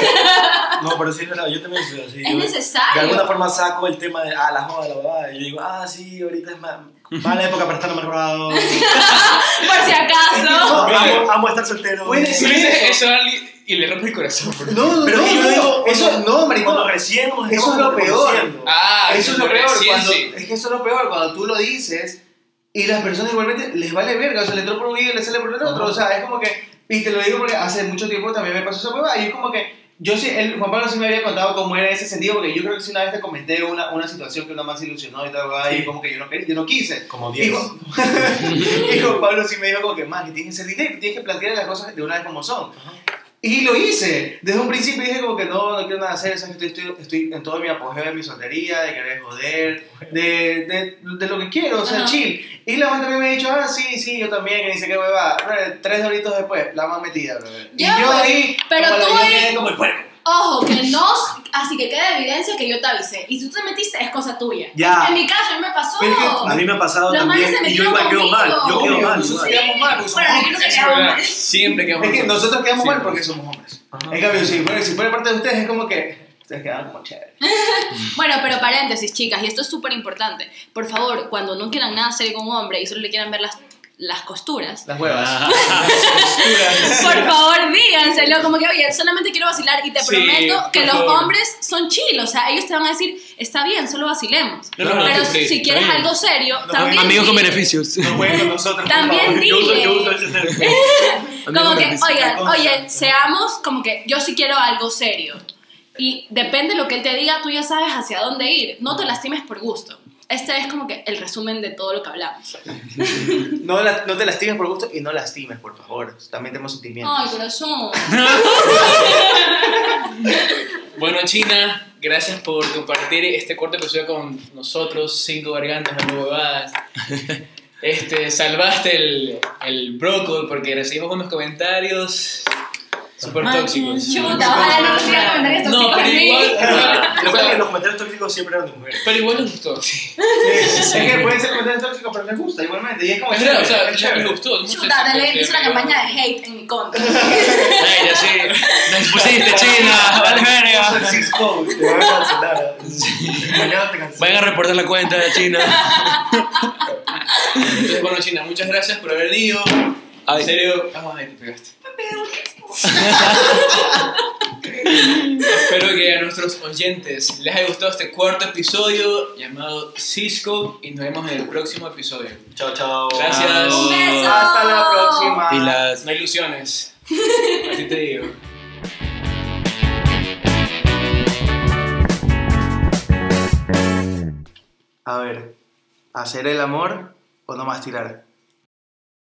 S6: No, pero sí es verdad, yo también soy así.
S1: Es
S6: yo-
S1: necesario.
S6: De alguna forma saco el tema de, ah, la joda, la boda. Y yo digo, ah, sí, ahorita es ma- mala época para estar
S1: <laughs>
S6: enamorado.
S1: por si
S6: <laughs>
S1: acaso.
S6: amo, amo estar soltero.
S4: Puede
S5: Si
S4: ser.
S5: le dices eso a alguien y le rompe el corazón. bro.
S4: No, no,
S6: Pero
S4: no,
S6: que yo
S4: no,
S6: digo,
S4: eso no, maricón.
S6: Cuando recién nos
S4: Eso es
S6: estamos
S4: lo peor.
S6: conociendo.
S5: Ah,
S4: eso es lo peor.
S5: recién,
S4: cuando,
S5: sí.
S4: Es que eso es lo peor cuando tú lo dices y las personas igualmente les vale verga. O sea, le entró por un oído y le sale por el otro. O sea, es como que. Y te lo digo porque hace mucho tiempo también me pasó esa hueva. Y es como que. Yo sí, él- Juan Pablo sí me había contado cómo era en ese sentido, porque yo creo que sí una vez te comenté una, una situación que una más ilusionó y tal, huevada, y como que yo no, quería, yo no quise.
S6: Como
S4: Y
S6: 10.
S4: Juan, y Juan Pablo sí me <laughs> dijo como que, man, que tienes que ser directo, tienes que plantear las cosas de una vez como son. Y lo hice. Desde un principio dije como que no, no quiero nada hacer, ¿sabes? Estoy, estoy, estoy en todo mi apogeo de mi soltería, de querer joder, de, de, de lo que quiero, o sea,
S1: Ajá.
S4: chill. Y la mamá también me ha dicho, ah, sí, sí, yo también, que ni sé qué hueva. Brother, Tres doritos después, la mamá metida, bro. Y
S1: Ya,
S4: yo
S1: pues,
S4: ahí,
S1: pero
S4: como la-
S1: tú
S4: yo
S1: ahí-
S4: quedé como el puerco.
S1: Ojo, que no, así que queda evidencia que yo te avisé. Y si tú te metiste, es cosa tuya.
S6: Ya.
S1: En mi caso, a mí me pasó.
S4: Pero es que
S6: A mí me ha pasado
S1: Los manes
S6: también.
S1: se
S6: Y yo
S1: metieron
S6: igual quedo mal. Yo
S1: conmigo.
S6: quedo mal.
S4: Obvio,
S6: igual.
S4: sí. quedamos mal, porque
S1: Bueno, yo no
S5: Eso es
S1: quedaba
S5: verdad.
S1: mal.
S5: Siempre quedamos
S4: Es que
S5: mal.
S4: nosotros quedamos mal
S5: Sí.
S4: porque somos hombres. En cambio, si fuera, si fuera parte de ustedes, es como que ustedes quedaban como chévere.
S1: Bueno, pero paréntesis, chicas, y esto es súper importante. Por favor, cuando no quieran nada hacer con un hombre y solo le quieran ver las, las costuras,
S4: Las huevas.
S1: por favor díganselo, como que, oye, solamente quiero vacilar y te
S5: Sí,
S1: prometo que
S5: por
S1: los
S5: favor.
S1: hombres son chill, o sea, ellos te van a decir, está bien, solo vacilemos.
S5: No, no, no,
S1: pero
S5: no, sí,
S1: si
S5: está
S1: quieres
S5: bien.
S1: algo serio, también.
S11: Amigos con
S1: dile.
S11: beneficios.
S4: No jueguen con nosotros. por
S1: También
S4: favor.
S1: dile.
S6: Yo uso, yo uso ese término.
S1: Como
S11: con
S1: que,
S11: beneficios.
S1: oigan,
S4: Cosa.
S1: oye, seamos como que yo sí quiero algo serio. Y depende de lo que él te diga, tú ya sabes hacia dónde ir. No te lastimes por gusto. Este es como que el resumen de todo lo que hablamos.
S4: No, la- no te lastimes por gusto y no lastimes, por favor. También tenemos sentimientos.
S1: Ay, corazón.
S5: Bueno, China, gracias por compartir este corto episodio con nosotros, cinco gargantas de huevadas. Este, salvaste el, el brócoli porque recibimos unos comentarios súper tóxicos.
S1: Chuta, ojalá no consiga comentar esto.
S5: No,
S1: <laughs>
S5: pero igual.
S6: Lo
S5: o
S6: que pasa es que
S5: sea,
S6: los comentarios tóxicos siempre eran de mujeres.
S5: Pero igual nos gustó.
S4: <laughs> Es que pueden ser comentarios tóxicos, pero les gusta igualmente. Y es como
S5: Es verdad, o sea,
S4: es
S5: nos
S4: chévere.
S5: gustó. no sé
S1: Chuta,
S5: si-
S1: dale, hizo una
S5: pero-
S1: campaña
S5: <laughs>
S1: de hate en mi contra.
S11: Ay, ya sé. Me pusiste china, vale
S4: Eso
S11: verga.
S4: es Cisco, te van a cancelar. Mañana te cancelan.
S11: Vayan a reportar la cuenta de China.
S5: Entonces, bueno, China, muchas gracias por haber venido.
S11: Ay.
S5: En serio. Ah, ay, te pegaste. Espero que a nuestros oyentes les haya gustado este cuarto episodio llamado Cisco y nos vemos en el próximo episodio.
S6: Chao, chao.
S5: Gracias.
S1: Un beso.
S4: Hasta la próxima.
S11: Y las
S5: No ilusiones. Así te digo.
S4: A ver, ¿hacer el amor o no más tirar?